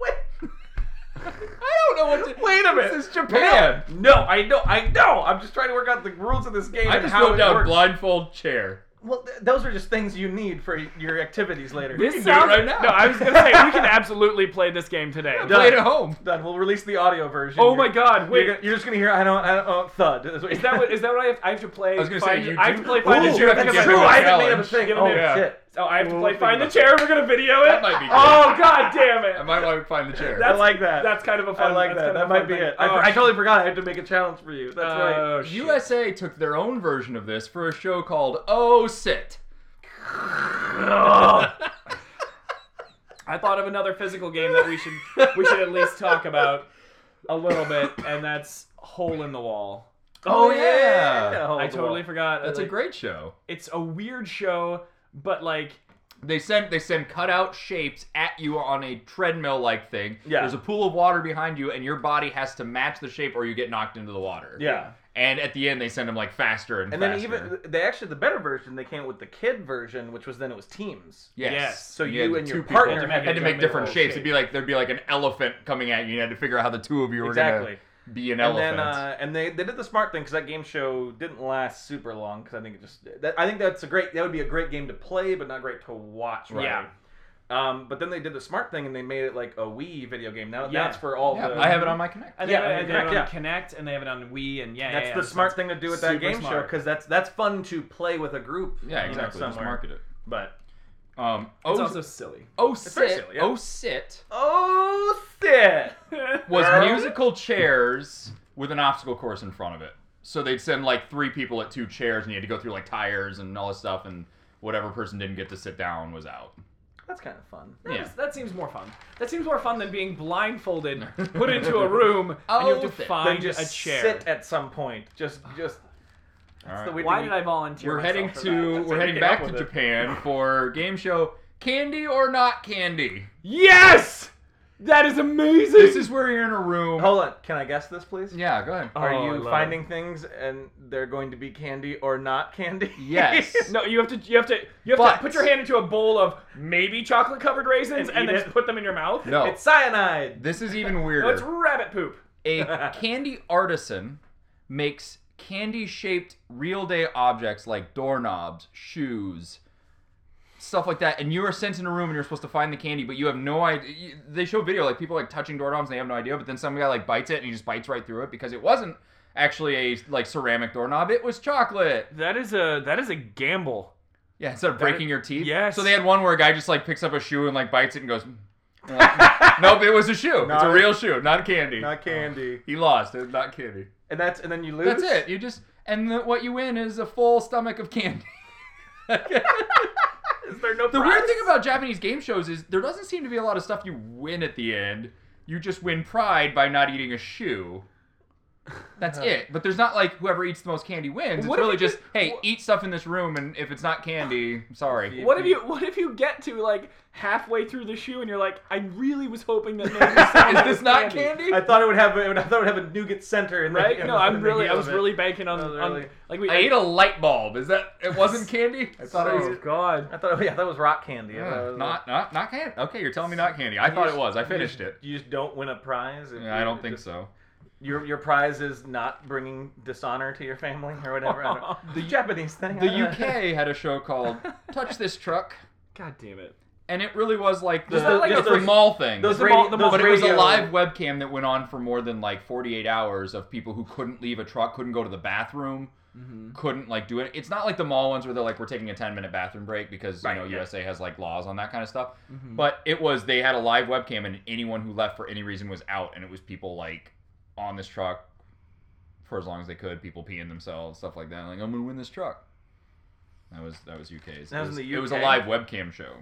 B: Wait,
C: I don't know what to.
B: wait a minute.
C: This is Japan.
B: No, no, I know, I know. I'm just trying to work out the rules of this game
C: I
B: and
C: just
B: how
C: wrote
B: it
C: down
B: works.
C: blindfold chair.
B: Well, th- those are just things you need for your activities later.
A: This
C: do it
A: sounds,
C: right now.
A: No, I was gonna say we can absolutely play this game today.
C: Play it at home.
B: Done. We'll release the audio version.
A: Oh
B: You're-
A: my God!
B: You're,
A: Wait,
B: gonna, you're just gonna hear I don't I don't oh, thud.
A: is that what is that what I have? I have to play.
C: I was gonna say,
A: find,
C: you
A: I
C: do-
A: have to play
C: Ooh,
A: find the
C: you
A: chair.
C: have to
A: because I-
C: give it
B: true.
C: a
B: I haven't made a
C: challenge.
B: mistake.
A: Give
B: Oh
A: him a-
B: shit.
A: Oh, I have to
B: Ooh,
A: play
B: think
A: find the
B: about
A: chair. We're gonna video it.
C: That might be good.
A: Oh God damn
C: I
A: it!
C: might want to find the chair.
A: That's-
B: I like that.
A: That's kind of a fun.
B: I like
A: that's
B: that.
A: kind of
B: That
A: a
B: might
A: fun
B: be
A: thing.
B: it. I,
A: Oh,
B: I
A: shit.
B: totally forgot I had to make a challenge for you. That's right.
A: Oh, shit.
C: USA took their own version of this for a show called Oh Sit.
A: I thought of another physical game that we should we should at least talk about a little bit, and that's hole in the wall.
C: Oh, yeah.
B: Yeah, hold
A: I
B: the
A: totally
B: wall.
A: forgot.
C: That's a
A: Like,
C: great show.
A: It's a weird show, but like
C: They send they send cutout shapes at you on a treadmill like thing.
B: Yeah.
C: There's a pool of water behind you, and your body has to match the shape, or you get knocked into the water.
B: Yeah.
C: And at the end, they send them like faster and,
B: And then
C: faster.
B: even they actually the better version they came with the kid version, which was then it was teams.
C: yes.
A: Yes.
B: So
C: had
B: you
C: the
B: and your
C: two people
B: partner
C: had to
A: had
C: make,
A: to make
C: different
A: the
C: shapes. It'd
A: shape.
C: be like there'd be like an elephant coming at you, and you had to figure out how the two of you were
B: Exactly.
C: gonna be
B: And
C: an elephant.
B: then uh, and they, they did the smart thing because that game show didn't last super long because I think it just that, I think that's a great that would be a great game to play but not great to watch. Right.
A: Yeah.
B: Um, but then they did the smart thing and they made it like a Wii video game. Now
A: Yeah.
B: that's for all.
C: yeah,
B: the,
C: I have it on my Kinect.
A: and
B: Yeah,
A: they,
B: uh, I
A: have-
B: mean,
A: they have it on
B: yeah.
A: Connect and they have it on Wii and yeah.
B: That's
A: yeah,
B: the
A: yeah,
B: smart
A: so
B: thing to do with that
A: super
B: game show
A: smart.
B: because that's that's fun to play with a group.
C: yeah,
B: you know,
C: exactly. Just
B: somewhere.
C: market it.
B: But
C: Um,
A: It's
C: oh,
A: also silly.
C: oh
B: very
C: sit,
B: silly, yeah.
C: oh sit
B: oh shit!
C: was
B: Girl.
C: musical chairs with an obstacle course in front of it. So they'd send like three people at two chairs, and you had to go through like tires and all this stuff, and whatever person didn't get to sit down was out.
B: That's kind of fun.
A: That,
C: Yeah.
A: is- that seems more fun. That seems more fun than being blindfolded, put into a room, and you have
C: Oh,
A: to
C: then
A: find
B: Then just
A: a chair.
B: sit at some point. Just just.
C: All right.
B: the way-
A: Why did I volunteer?
C: we're
A: myself
C: heading
A: for that?
C: to
B: That's
C: we're
B: how
C: heading
B: you came
C: back
B: up
C: to
B: with it.
C: Japan for game show Candy or Not Candy.
A: Yes, That is amazing.
C: This is where you're in a room.
B: Hold on. Can I guess this, please?
C: Yeah, go ahead.
B: Are
A: Oh, I
B: you
A: love
B: finding things and they're going to be candy or not candy?
C: Yes.
A: No, you have to you have to you have
C: But-
A: to put your hand into a bowl of maybe chocolate covered raisins
B: And
A: and,
B: eat
A: then
B: it.
A: just put them in your mouth.
C: No.
B: It's cyanide.
C: This is even weirder.
A: No, it's rabbit poop.
C: a candy artisan makes candy shaped real day objects like doorknobs, shoes, stuff like that. And you are sent in a room and you're supposed to find the candy, but you have no idea. you- They show video like people like touching doorknobs and they have no idea, but then some guy like bites it and he just bites right through it because it wasn't actually a like ceramic doorknob, it was chocolate.
A: That is a that is a gamble.
C: Yeah, instead of breaking your teeth.
A: yes.
C: So they had one where a guy just like picks up a shoe and like bites it and goes, and, like, Nope, it was a shoe. it's a
B: Not-
C: real shoe, not candy.
B: Not candy.
C: he lost, it's not candy.
B: And that's and then you lose.
C: That's it. You just and the, what you win is a full stomach of candy.
A: Is there no
C: The
A: prize?
C: weird thing about Japanese game shows is there doesn't seem to be a lot of stuff you win at the end. You just win pride by not eating a shoe. That's it. But there's not like whoever eats the most candy wins.
A: What
C: it's
A: if
C: really
A: you
C: just,
A: just-
C: hey,
A: wha-
C: eat stuff in this room, and if it's not candy, I'm sorry.
A: What if you what if you get to like halfway through the shoe and you're like, I really was hoping that none of this sound
C: Is
A: was
C: this not candy?
B: I thought it would have. I thought it would have a nougat center in the-
A: Right?
B: in
A: No,
B: the-
A: I'm
B: in the
A: really
B: heel
A: I was
B: of it.
A: really banking on,
B: That was
A: on
B: really-
A: like we
C: I ate a light bulb. Is that it? Wasn't candy? I thought it
A: Oh
C: was.
A: god.
B: I thought. Oh yeah, that was rock candy. I thought it was
C: Mm, Not, not, not candy. Okay, you're telling me not candy. I thought it was. I
B: You
C: finished
B: just-
C: it.
B: You just don't win a prize. if
C: Yeah, I
B: you
C: don't think
B: just-
C: so.
B: Your your prize is not bringing dishonor to your family or whatever. I don't, the Japanese thing. I
C: The
B: don't know.
C: UK had a show called Touch This Truck.
A: God damn it.
C: and it really was like the,
B: Just the-
C: like
B: just
C: the
B: the-
C: mall thing.
B: Those
A: the
B: radio,
A: mall- the mall-
B: those
C: but it was a
B: radio-
C: live webcam that went on for more than like 48 hours of people who couldn't leave a truck, couldn't go to the bathroom, couldn't like do it. It's not like the mall ones where they're like we're taking a 10 minute bathroom break because
B: Right,
C: you know
B: yeah. Mm-hmm.
C: USA has like laws on that kind of stuff. But it was they had a live webcam and anyone who left for any reason was out, and it was people like on this truck for as long as they could, people peeing themselves, stuff like that. Like I'm gonna win this truck. That was that was UK's.
B: That
C: it,
B: was
C: was,
B: in the
C: it was a
B: UK?
C: live webcam show.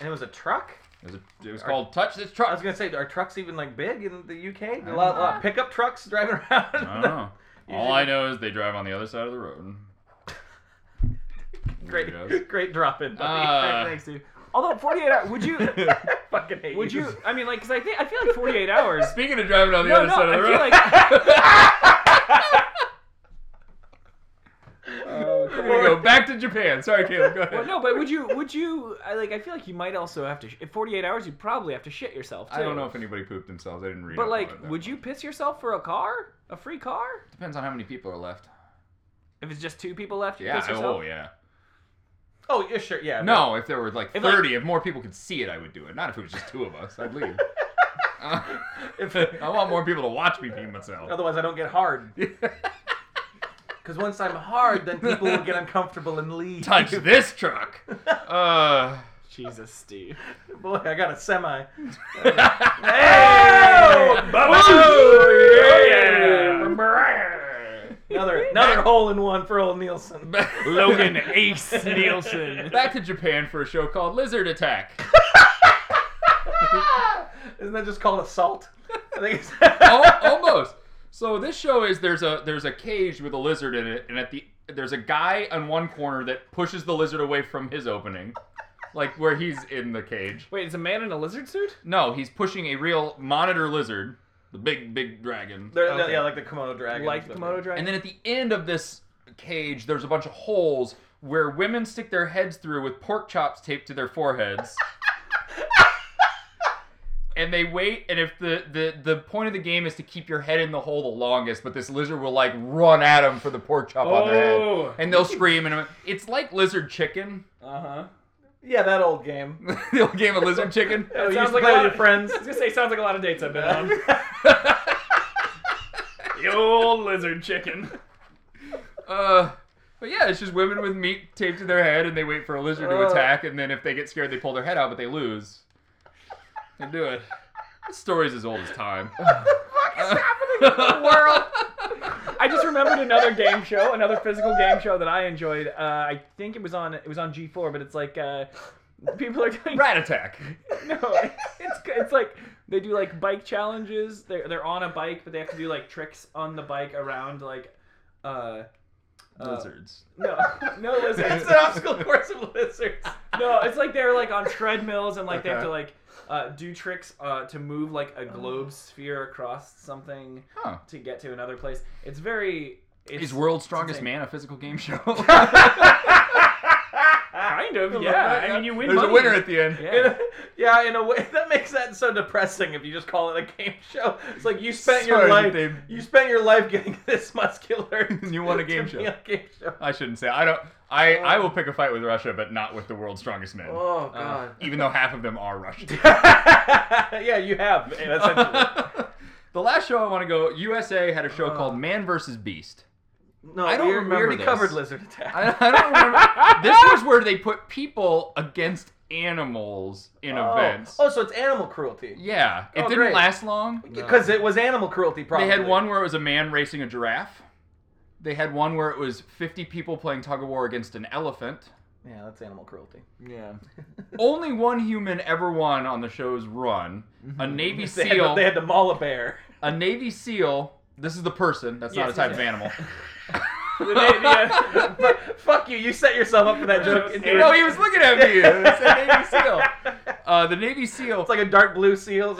B: And it was a truck.
C: It was, a, it was
B: Are-
C: called Touch This
B: I was
C: Truck.
B: gonna say, are trucks even like big in the UK?
C: I
B: A lot,
C: don't
B: lot of pickup trucks driving around.
C: I don't know. All I know is they drive on the other side of the road. Weirdos.
B: great, great drop in,
C: Uh,
B: buddy.
A: Thanks, dude. Although 48 hours, would you
B: Fucking hate
A: would you I mean like cuz I think I feel like 48 hours
C: Speaking of driving on the
A: No,
C: other
A: no,
C: side of the road.
A: I feel like
C: Here uh, we go. Back to Japan. Sorry, Caleb. Go ahead.
A: Well, no, but would you? Would you? I like. I feel like you might also have to. Sh- at 48 hours, you'd probably have to shit yourself. Too.
C: I don't know if anybody pooped themselves. I didn't read.
A: But
C: up
A: like,
C: on it.
A: would you piss yourself for a car? A free car?
C: Depends on how many people are left.
A: If it's just two people left, you
C: Yeah.
A: piss yourself.
C: Oh, yeah.
B: Oh, yeah, sure, yeah.
C: No, if there were like
A: If, like-
C: 30, if more people could see it, I would do it. Not if it was just two of us. I'd leave. Uh,
B: If-
C: I want more people to watch me pee myself.
B: Otherwise, I don't get hard. Because once I'm hard, then people will get uncomfortable and leave.
C: Touch this truck. Uh.
A: Jesus, Steve.
B: Boy, I got a semi. Another another hole in one for old Nielsen.
A: Logan Ace Nielsen.
C: Back to Japan for a show called Lizard Attack.
B: Isn't that just called assault? I think it's
C: Al- almost. So this show is there's a there's a cage with a lizard in it, and at the there's a guy on one corner that pushes the lizard away from his opening, like where he's in the cage.
A: Wait, is a man in a lizard suit?
C: No, he's pushing a real monitor lizard, the big big dragon.
B: They're-
A: Okay.
B: yeah, like the Komodo dragon.
A: Like the Komodo dragon.
C: And then at the end of this cage, there's a bunch of holes where women stick their heads through with pork chops taped to their foreheads. and they wait, and if the, the, the point of the game is to keep your head in the hole the longest, but this lizard will like run at them for the pork chop on their head.
A: Oh.
C: And they'll scream, and it's like lizard chicken.
A: uh huh.
B: Yeah, that old game.
C: the old game of lizard chicken.
B: Oh, you
A: sounds
B: used to
A: like
B: play
A: a
B: with
A: lot
B: your
A: of-
B: friends.
A: I was gonna say, sounds like a lot of dates I've been
B: Um,
A: on. the old lizard chicken.
C: Uh, but yeah, it's just women with meat taped to their head, and they wait for a lizard to
B: Ugh.
C: attack, and then if they get scared, they pull their head out, but they lose. They do it. This story's as old as time.
A: world. I just remembered another game show, another physical game show that I enjoyed. Uh, I think it was on it was on G4, but it's like uh, people are doing
C: Rat attack.
A: no, it's it's like they do like bike challenges. They're they're on a bike, but they have to do like tricks on the bike around like uh, uh
C: Uh, Lizards.
A: no no lizards.
B: It's an obstacle course of lizards.
A: no, it's like they're like on treadmills and like they have
C: Okay.
A: to like uh, do tricks uh, to move like a globe sphere across something
C: Huh.
A: to get to another place. It's very. It's
C: Is World's Strongest
A: insane.
C: Man a physical game show?
A: Kind of, yeah. I mean, you win
C: There's
A: money.
C: a winner at the end.
A: Yeah.
B: In a- yeah, in a way that makes that so depressing. If you just call it a game show, it's like you spent your
C: Sorry,
B: life
C: Dave.
B: you spent your life getting this muscular.
C: And you won a
B: to
C: game
B: be
C: show.
B: a game show.
C: I shouldn't say. I don't. I, I will pick a fight with Russia, but not with the World's Strongest Men.
B: Oh god.
C: Even though half of them are Russian.
B: yeah, you have essentially.
C: the last show I want to go. USA had a show called Man vs. Beast.
B: No,
C: I don't
B: we,
C: remember
B: we already
C: this.
B: covered lizard attack.
C: I, I don't remember. this was where they put people against animals in
B: oh.
C: events.
B: Oh, so it's animal cruelty.
C: Yeah, it
B: Oh,
C: didn't
B: great.
C: last long.
B: Because it was animal cruelty. Probably
C: They had one where it was a man racing a giraffe. They had one where it was 50 people playing tug of war against an elephant.
B: Yeah, that's animal cruelty.
A: Yeah.
C: Only one human ever won on the show's run. A Navy
B: Mm-hmm. They had, to,
C: SEAL.
B: they had to maul a bear.
C: A Navy SEAL. This is the person. That's not
A: Yes,
C: a type
A: yes,
C: of animal.
A: The na- yeah.
B: Fuck you! You set yourself up for that joke.
A: Joke's
C: no, he was looking at me. It's a Navy SEAL. Uh, the Navy SEAL.
B: It's like a dark blue seal.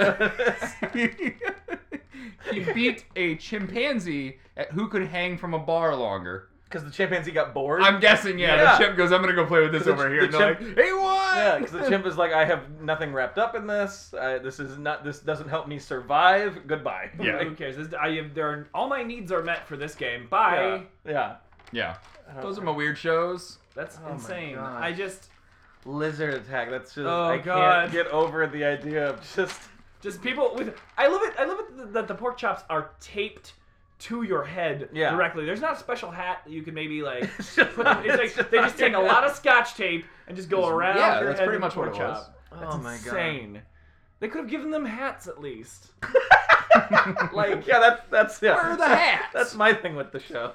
C: he beat a chimpanzee at who could hang from a bar longer.
B: Because the chimpanzee got bored.
C: I'm guessing, yeah.
B: Yeah.
C: The chimp goes, "I'm gonna go play with this
B: The ch-
C: over
B: the
C: here." and they're
B: chimp-
C: like, "Hey, what?"
B: Yeah, because the chimp is like, I have nothing wrapped up in this. I, this is not. This doesn't help me survive. Goodbye.
C: Yeah.
A: Who cares? This, I have, there are, all my needs are met for this game. Bye.
B: yeah. Yeah.
C: Yeah.
B: I
C: Those are
B: don't-
C: my weird shows.
A: That's
B: Oh my
A: insane.
B: God.
A: I just
B: lizard attack. That's just.
A: Oh,
B: I
A: God.
B: can't get over the idea of just.
A: Just people with. I love it. I love it th- that the pork chops are taped to your head
B: Yeah.
A: directly. There's not a special hat that you can maybe like.
B: It's just-
A: put them, it's like
B: it's just
A: they
B: on
A: just take a
B: your
A: lot
B: head.
A: of scotch tape and just go around.
C: yeah,
A: your
C: that's
A: head
C: pretty
A: with
C: much
A: the pork
C: what it was.
A: chop.
B: Oh my God.
A: That's insane. They could have given them hats at least.
B: Like yeah, that's that's yeah.
C: Where are the hats?
B: That's my thing with the show.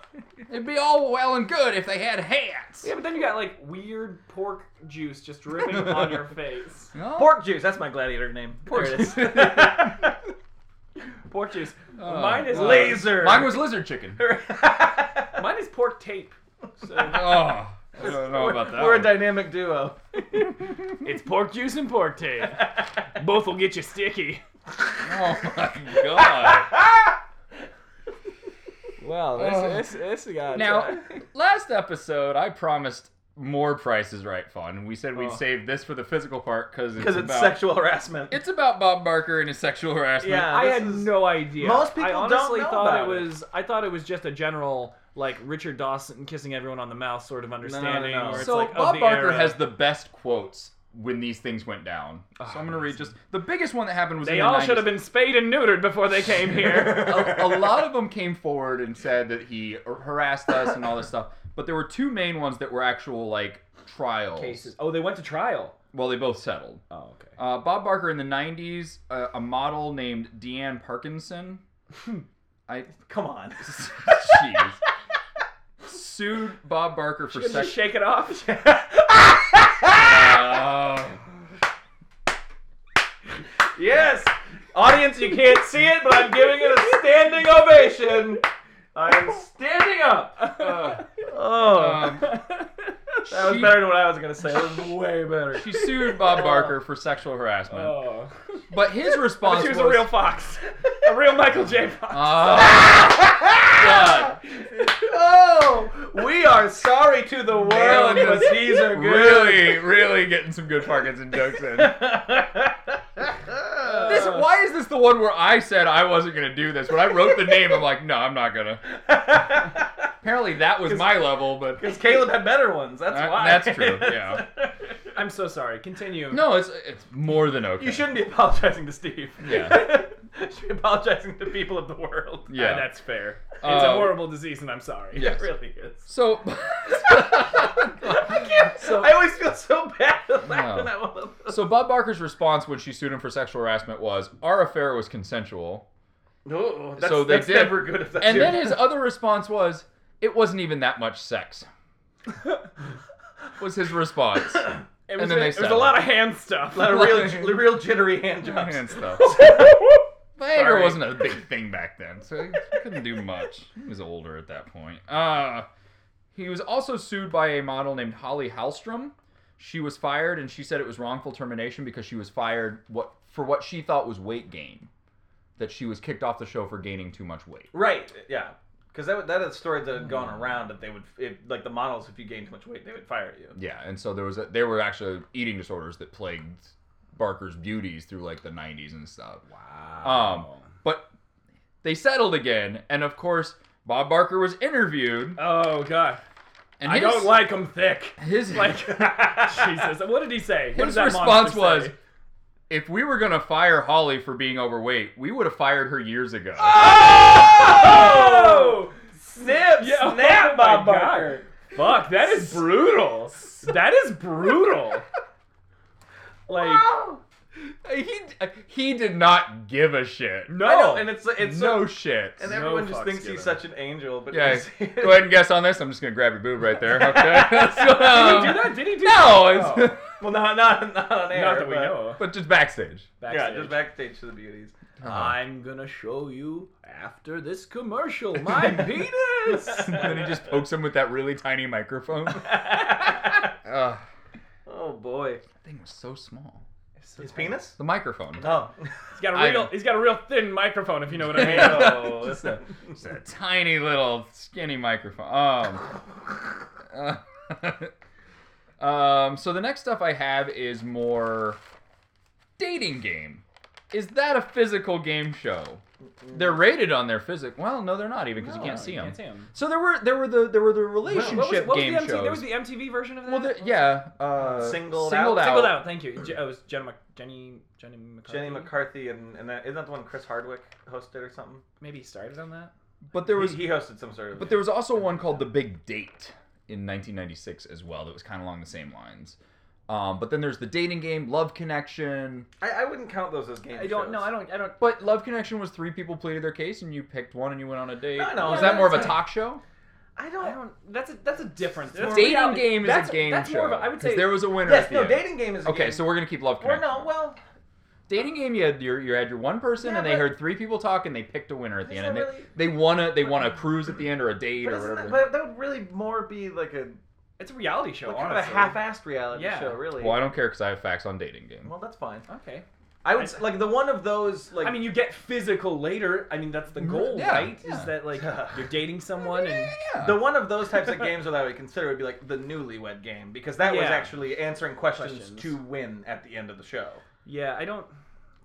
C: It'd be all well and good if they had hats.
A: Yeah, but then you got like weird pork juice just dripping on your face.
C: No?
B: Pork juice. That's my gladiator name. Pork
C: There it
B: juice.
C: is.
A: Pork juice.
C: Oh,
A: mine is
C: God.
A: laser.
B: Laser.
C: Mine was lizard chicken.
A: Mine is pork tape. So
C: Oh, I don't know about that.
B: We're a
C: one.
B: dynamic duo.
A: it's pork juice and pork tape. Both will get you sticky.
C: oh my god.
A: Wow,
C: Oh.
A: this this, this guy.
C: now, last episode I promised more prices right fun. We said we'd
B: Oh.
C: save this for the physical part because it's,
B: Because it's
C: about
B: sexual harassment.
C: it's about Bob Barker and his sexual harassment.
B: Yeah.
A: I
B: this
A: had
B: is-
A: no idea.
B: Most people
A: I
B: don't
A: honestly
B: know
A: thought
B: about
A: it
B: it.
A: was. I thought it was just a general like Richard Dawson kissing everyone on the mouth sort of understanding.
B: no.
A: Or it's
C: So
A: like, of
C: Bob
A: the
C: Barker
A: era.
C: has the best quotes when these things went down. so I'm gonna read just the biggest one that happened was
A: They
C: in the
A: all
C: 90s.
A: should have been spayed and neutered before they came here.
B: Oh,
C: a, a lot of them came forward and said that he harassed us and all this stuff. But there were two main ones that were actual like trials.
A: Cases. Oh, they went to trial.
C: Well, they both settled.
A: Oh, okay.
C: Uh, Bob Barker in the '90s, uh, a model named Deanne Parkinson. I
B: Come on.
C: jeez. Sued Bob Barker for
A: Couldn't just
C: sex.
A: shake it off.
C: Uh,
B: Yes! Audience, you can't see it, but I'm giving it a standing ovation. I'm standing up.
C: uh,
B: Oh,
A: uh,
C: um,
B: that was
C: she-
B: better than what I was gonna say. That was way better.
C: She sued Bob Barker for sexual harassment,
A: oh.
C: but his response
A: She was a real fox, a real Michael J. Fox.
C: Ah, God.
B: Oh, we are sorry to the world,
C: Nailing
B: but
C: this.
B: these are good.
C: Really, really getting some good Parkinson jokes in.
A: Uh,
C: This,
B: this
C: why is this the one where I said I wasn't gonna do this? When I wrote the name, I'm like, no, I'm not gonna. Uh, Apparently, that was my level, but
B: because Caleb had better ones. That's
C: That-
B: why.
C: that's true, yeah.
A: I'm so sorry. Continue.
C: no, it's it's more than okay.
B: You shouldn't be apologizing to Steve.
C: Yeah.
B: you should be apologizing to people of the world.
A: Yeah,
C: Yeah.
A: Uh, that's fair. It's a
C: Um,
A: horrible disease, and I'm sorry.
C: yes.
A: It really is.
C: So,
B: I can't. I always feel so bad laughing
C: No.
B: at one of those.
C: so Bob Barker's response when she sued him for sexual harassment was, "Our affair was consensual."
B: No, that's,
C: So they
B: that's
C: did.
B: never good if that's
C: And
B: your-
C: then his other response was, "It wasn't even that much sex." Was his response?
A: It was,
C: then
A: a, it
C: they
A: was a
C: settled.
A: lot of hand stuff.
B: a real, j- real jittery hand jobs.
C: and stuff. But
B: Sorry.
C: Hager wasn't a big thing back then, so he couldn't do much. He was older at that point. Uh, he was also sued by a model named Holly Hallstrom she was fired and she said it was wrongful termination because she was fired what for what she thought was weight gain. That she was kicked off the show for gaining too much weight.
B: Right. Yeah. Because that that is a story that had gone
A: Mm.
B: around that they would if, like the models if you gained too much weight they would fire you.
C: Yeah, and so there was a, there were actually eating disorders that plagued Barker's beauties through like the 90s and stuff. Um,
A: Wow.
C: but they settled again, and of course Bob Barker was interviewed.
A: oh god.
C: And
A: I
C: his,
A: don't like him thick.
C: his
A: Like Jesus. What did he say? What
C: his
A: did that
C: response
A: monster
C: was,
A: say?
C: "If we were gonna fire Holly for being overweight, we would have fired her years ago."
A: Ah! Oh!
B: Snip!
A: Yeah,
B: snap,
A: oh my God.
B: Bob Barker.
A: Fuck, that is brutal. That is brutal. Like
C: he he did not give a shit.
A: no.
B: I know, and it's it's so,
C: no shit.
B: and
A: Oh, no
B: everyone just
A: fucks
B: thinks
A: given.
B: he's such an angel, but
C: Yeah,
B: he's-
C: go ahead and guess on this. I'm just gonna grab your boob right there. Okay.
A: did he do that? Did he do
C: Uh, No,
A: that?
C: it's,
A: Oh.
B: Well, not not not on air.
A: Not that we
B: but-
A: know of.
C: but just backstage.
B: Yeah,
C: Uh-huh.
A: Backstage. Uh-huh.
B: just backstage to the beauties.
A: I'm gonna show you after this commercial my penis.
C: and then he just pokes him with that really tiny microphone. Ugh,
B: oh boy,
C: that thing was so small.
B: his penis?
C: The microphone.
B: Oh,
A: He's got a
C: I'm-
A: real. He's got a real thin microphone, if you know what I mean.
B: no, that's not-
C: It's a tiny little skinny microphone. Um, uh, um, so the next stuff I have is more dating game. Is that a physical game show? They're rated on their physic. Well, no, they're not even because you can't see them.
A: Oh, Can't see him.
C: So there were there were the there were the
A: What was,
C: relationship
A: what was
C: game
A: the MTV?
C: shows.
A: There was the MTV version of that.
C: well, there- yeah, uh,
B: Singled
C: singled
B: Out?
C: out.
A: Singled out. Thank you. Je- oh, it was Jenna Mc- Jenny Jenny McCarthy.
B: Jenny McCarthy and and that, isn't that the one Chris Hardwick hosted or something?
A: Maybe he started on that.
C: But there was
B: he, he hosted some sort of.
C: But there was also one called The Big Date in 1996 as well that was kind of along the same lines. Um, but then there's the dating game, Love Connection.
B: I, I wouldn't count those as game
A: I don't
B: shows.
A: know. I don't. I don't.
C: But Love Connection was three people pleaded their case and you picked one and you went on a date.
B: No, no,
C: was that more of a
B: that's-
C: talk show?
B: I
A: I
B: don't.
A: don't. That's a that's a difference. That's more
C: dating
A: reality.
C: game is
A: that's,
C: a game
A: that's
C: show.
A: More of a, I would
C: 'cause
A: say
C: there was a winner.
B: Yes,
C: at the
B: no.
C: end.
B: Dating game is a
C: Okay,
B: game.
C: so we're gonna keep Love
B: or
C: Connection.
B: no, well,
C: dating game, you had your, you had your one person
B: Yeah,
C: and they
B: but-
C: heard three people talk and they picked a winner at the
B: Is
C: end. And they
B: that really-
C: they won a they won a cruise at the end or a date
B: but,
C: or
B: isn't
C: whatever.
B: that, but that would really more be like a
A: it's a reality show.
B: like kind
A: honestly.
B: of a half-assed reality
A: Yeah.
B: show, really.
C: well, I don't care because I have facts on dating game.
B: well, that's fine.
A: Okay.
B: I would s like the one of those like.
A: I mean, you get physical later. I mean, that's the
C: Mm,
A: goal,
C: yeah,
A: right?
C: yeah.
A: Is that like you're dating someone and
C: yeah.
B: the one of those types of games that I would consider would be like the newlywed game because that was
A: Yeah.
B: actually answering questions,
A: Questions.
B: to win at the end of the show.
A: yeah, I don't.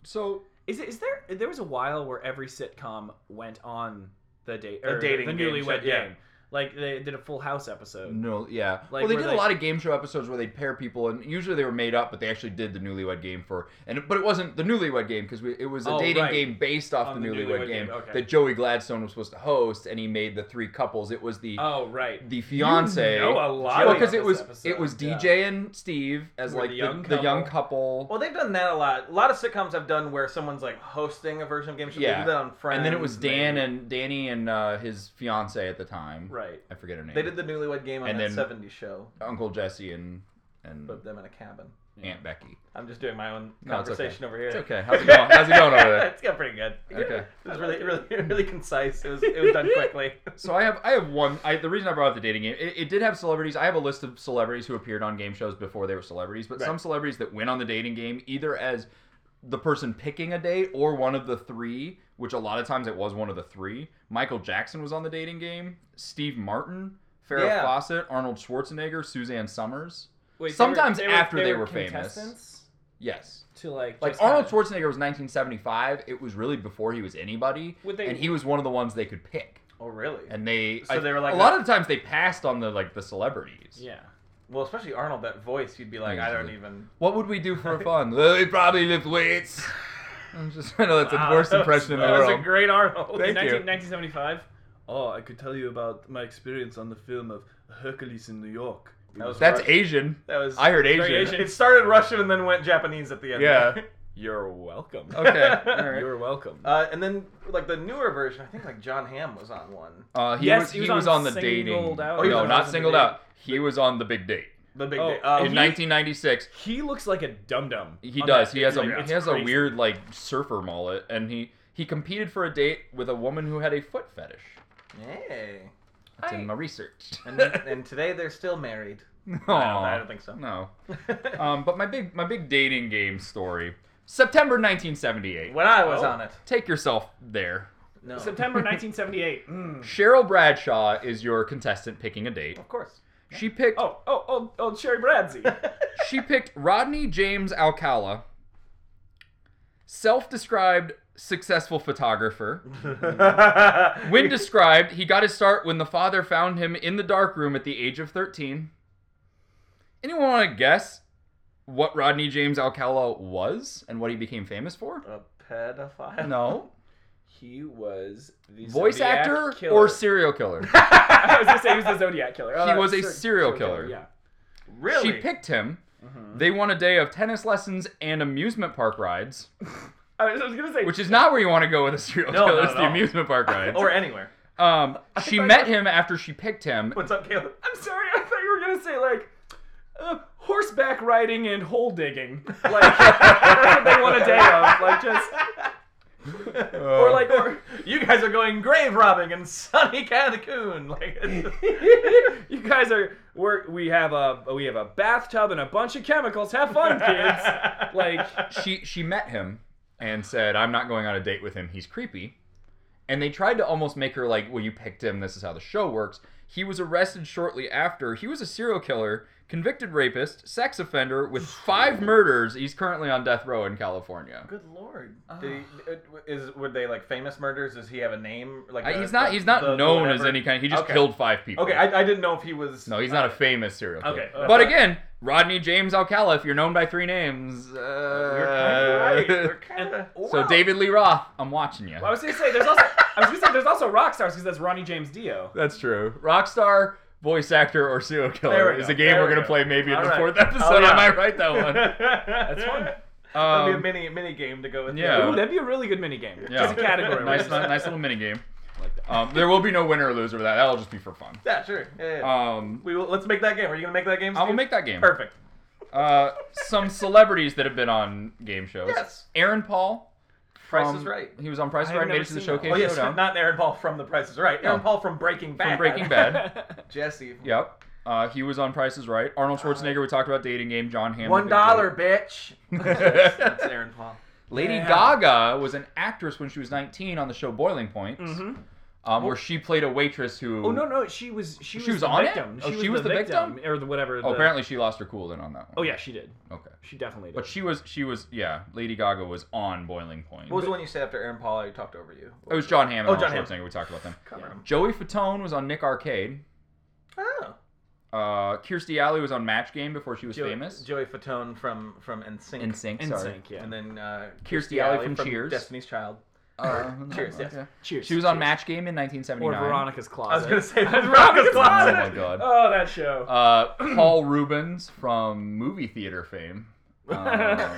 C: so
A: Is it? Is there? There was a while where every sitcom went on the date
B: A
A: or
B: dating
A: the
B: game
A: newlywed
B: show, yeah.
A: game. Like they did a Full House episode.
C: No, yeah.
A: Like,
C: well, they
A: where
C: did
A: they-
C: a lot of game show episodes where they pair people, and usually they were made up, but they actually did the newlywed game for. And but it wasn't the newlywed game because it was a
A: Oh,
C: dating
A: right.
C: game based off
A: On
C: the,
A: the
C: newlywed,
A: Newlywed
C: game,
A: Game, okay.
C: that Joey Gladstone was supposed to host, and he made the three couples. It was the
A: Oh right.
C: the fiance.
A: You know a lot
C: Well,
A: about
C: because it
A: this
C: was
A: episode,
C: it was
A: yeah.
C: DJ and Steve as
A: Were
C: like
A: the
C: the
A: young
C: the young couple.
B: Well, they've done that a lot. A lot of sitcoms have done where someone's like hosting a version of game show. They
C: Yeah.
B: did that on Friends.
C: and then it was Dan
B: maybe.
C: and Danny and uh, his fiance at the time.
A: Right.
C: I forget her name.
B: They did the newlywed game on
C: And
B: that
C: then-
B: '70s show,
C: Uncle Jesse and and
B: but them in a cabin.
C: Aunt Becky.
B: I'm just doing my own
C: No, it's okay.
B: conversation over here.
C: It's okay. How's it going? How's it going over there?
B: it's got pretty good.
C: Okay.
B: It was really, really, really concise. It was, it was done quickly.
C: So I have I have one. I, the reason I brought up the dating game, it, it did have celebrities. I have a list of celebrities who appeared on game shows before they were celebrities, but
B: Right.
C: some celebrities that went on the dating game either as the person picking a date or one of the three, which a lot of times it was one of the three. Michael Jackson was on the dating game. Steve Martin, Farrah
B: Yeah.
C: Fawcett, Arnold Schwarzenegger, Suzanne Summers.
A: Wait,
C: Sometimes
A: they
C: after they were famous.
A: contestants
C: Yes.
A: To like
C: Like
A: just
C: Arnold
A: kinda-
C: Schwarzenegger was 1975. It was really before he was anybody,
A: Would they-
C: and he was one of the ones they could pick.
B: Oh, really?
C: And they,
B: So
C: I-
B: they were like
C: a
B: a-
C: lot of the times they passed on the like the celebrities.
A: Yeah.
B: Well, especially Arnold, that voice, you'd be like, I don't
C: Usually.
B: even.
C: What would we do for fun? well, we probably lift weights. I'm just I know that's
A: Wow,
C: the worst
A: that was-
C: impression in the
A: that was a
C: world.
B: great
A: Oh,
B: Arnold.
C: Thank you.
A: 1975. Oh, I could tell you about my experience on the film of Hercules in New York.
B: That was
C: that's
B: Rush-
C: Asian.
B: That was.
C: I heard Asian.
A: very Asian.
B: It started Russian and then went Japanese at the end.
C: Yeah.
A: You're welcome.
C: Okay. All right.
A: You're welcome.
B: Uh, and then like the newer version, I think like John Hamm was on one.
C: Uh, he
A: Yes,
C: was,
A: he
C: he,
A: was
C: was,
A: on
C: on the
A: Singled
C: dating.
A: Out.
C: Oh,
B: He
C: no,
B: was on
C: not
B: the
C: singled
B: Big-
C: out. He was on the big date
B: The big
A: Oh,
B: day. Uh,
C: in
A: he-
C: 1996.
A: he looks like a dum dum.
C: He does. He has a
A: like,
C: he has a
A: crazy.
C: weird like surfer mullet, and he he competed for a date with a woman who had a foot fetish.
B: Yay.
C: That's
A: I-
C: in my research.
B: And, and today they're still married.
C: No,
B: I don't, I don't think so.
C: No. um, but my big my big dating game story. September 1978.
B: When I was
A: Oh.
B: on it,
C: Take yourself there.
B: no,
A: September 1978. Mm.
C: Cheryl Bradshaw is your contestant picking a date.
B: of course.
C: She picked
A: Oh, oh, old, old Sherry Bradsey.
C: she picked Rodney James Alcala, self-described successful photographer. When described, he got his start when the father found him in the dark room at the age of 13. Anyone want to guess what Rodney James Alcala was and what he became famous for?
B: a pedophile.
C: No.
A: He was the
C: Voice
A: Zodiac
C: actor
A: killer.
C: or serial killer?
A: I was gonna say he was the Zodiac killer. Oh,
C: He was a
A: ser-
C: serial killer.
A: Yeah.
B: Really? Mm-hmm.
C: She picked him. They won a day of tennis lessons and amusement park rides,
A: I was, I was gonna say
C: which is not where you want to go with a serial
B: No,
C: killer.
B: not
C: It's
B: at
C: the
B: all.
C: amusement park rides.
B: or anywhere.
C: Um, she met him after she picked him.
B: What's up, Caleb?
A: I'm sorry. I thought you were gonna say like uh, horseback riding and hole digging. Like that's what they want a day of. Like just or like or,
B: You guys are going grave robbing and Sonny Catacoon. Like,
A: you guys are we're, we have a we have a bathtub and a bunch of chemicals. Have fun, kids. Like
C: she she met him and said, "I'm not going on a date with him. He's creepy." And they tried to almost make her like, "Well, you picked him. This is how the show works." He was arrested shortly after. He was a serial killer, convicted rapist, sex offender with five murders. He's currently on death row in California.
B: good lord. Did he, it- is were they like famous murders? Does he have a name? Like
C: Uh,
B: a-
C: he's not
B: the-
C: he's not
B: the- the
C: known as
B: whatever?
C: any kind. He just
B: Okay.
C: killed five people.
B: Okay, I, I didn't know if he was.
C: no, he's not a famous serial killer.
B: Okay, uh,
C: but
B: uh,
C: again, Rodney James Alcala. If you're known by three names,
B: You're kinda
C: uh,
B: right. You're kinda-
C: so
A: wow.
C: David Lee Roth, I'm watching you.
A: Well, I was gonna say there's also I was gonna say there's also rock stars because that's Ronnie James Dio.
C: That's true. Rockstar, voice actor, or serial
B: There
C: killer
B: we
C: is
B: go.
C: a game
B: There
C: we're
B: we
C: gonna
B: go.
C: play maybe in
B: All
C: the
B: right.
C: fourth
B: Oh,
C: episode. I
B: yeah.
C: might write that one.
B: That's
A: fun.
B: That'd be a
C: Um,
B: mini mini game to go with.
C: yeah.
A: Ooh, that'd be a really good mini game.
C: Yeah.
A: Just a category.
C: nice, nice, nice little mini game. Um, there will be no winner or loser with that. That'll just be for fun.
B: Yeah, sure. Yeah, yeah.
C: Um,
B: we will, let's make that game. Are you gonna make that game?
C: I will
B: Steve?
C: make that game.
B: perfect.
C: Uh, some celebrities that have been on game shows.
B: Yes.
C: Aaron Paul.
B: Price
C: from-
B: is Right.
C: He was on Price is
A: I have
C: Right. Made
A: never
C: it to the
A: seen that
C: showcase
B: Oh yes,
C: showdown.
B: not Aaron Paul from The Price is Right. Aaron
C: No.
B: Paul from Breaking Bad.
C: from Breaking Bad.
B: Jesse.
C: Yep. Uh, he was on Price is Right. Arnold Schwarzenegger. We talked about dating game. John Hammond.
B: One
C: Big
B: dollar,
C: Date.
B: bitch. that's, that's Aaron Paul.
C: Lady
A: Yeah.
C: Gaga was an actress when she was 19 on the show Boiling Point,
A: Mhm.
C: um, where she played a waitress who.
A: Oh no, no, she was she was,
C: She was
A: the
C: on it?
A: victim.
C: Oh, she was the
A: or the whatever.
C: Oh,
A: the-
C: apparently she lost her cool then on that one.
A: Oh yeah, she did.
C: Okay.
A: She definitely did.
C: But she was she was yeah. Lady Gaga was on Boiling Point.
B: What was the one you said after Aaron Paul? I talked over you.
C: it was John Hammond.
B: Oh,
C: and Arnold
B: John
C: Schwarzenegger. We talked about them.
B: Cover him.
C: Joey Fatone was on Nick Arcade.
B: Oh,
C: Uh, Kirstie Alley was on Match Game before she was
B: Joey,
C: famous.
B: Joey Fatone from from NSYNC.
C: In sync. Sorry.
A: NSYNC, yeah.
B: And then uh,
C: Kirstie Alley from Cheers.
B: Destiny's Child.
C: Uh,
B: Cheers, yes.
C: okay.
A: Cheers.
C: She was on
A: Cheers.
C: Match Game in
A: or
C: 1979.
A: Veronica's Closet.
B: I was gonna say
A: Veronica's
B: Veronica's
A: Closet.
B: Closet.
C: Oh my God.
A: Oh, that show.
C: Uh, Paul Rubens from movie theater fame. Uh,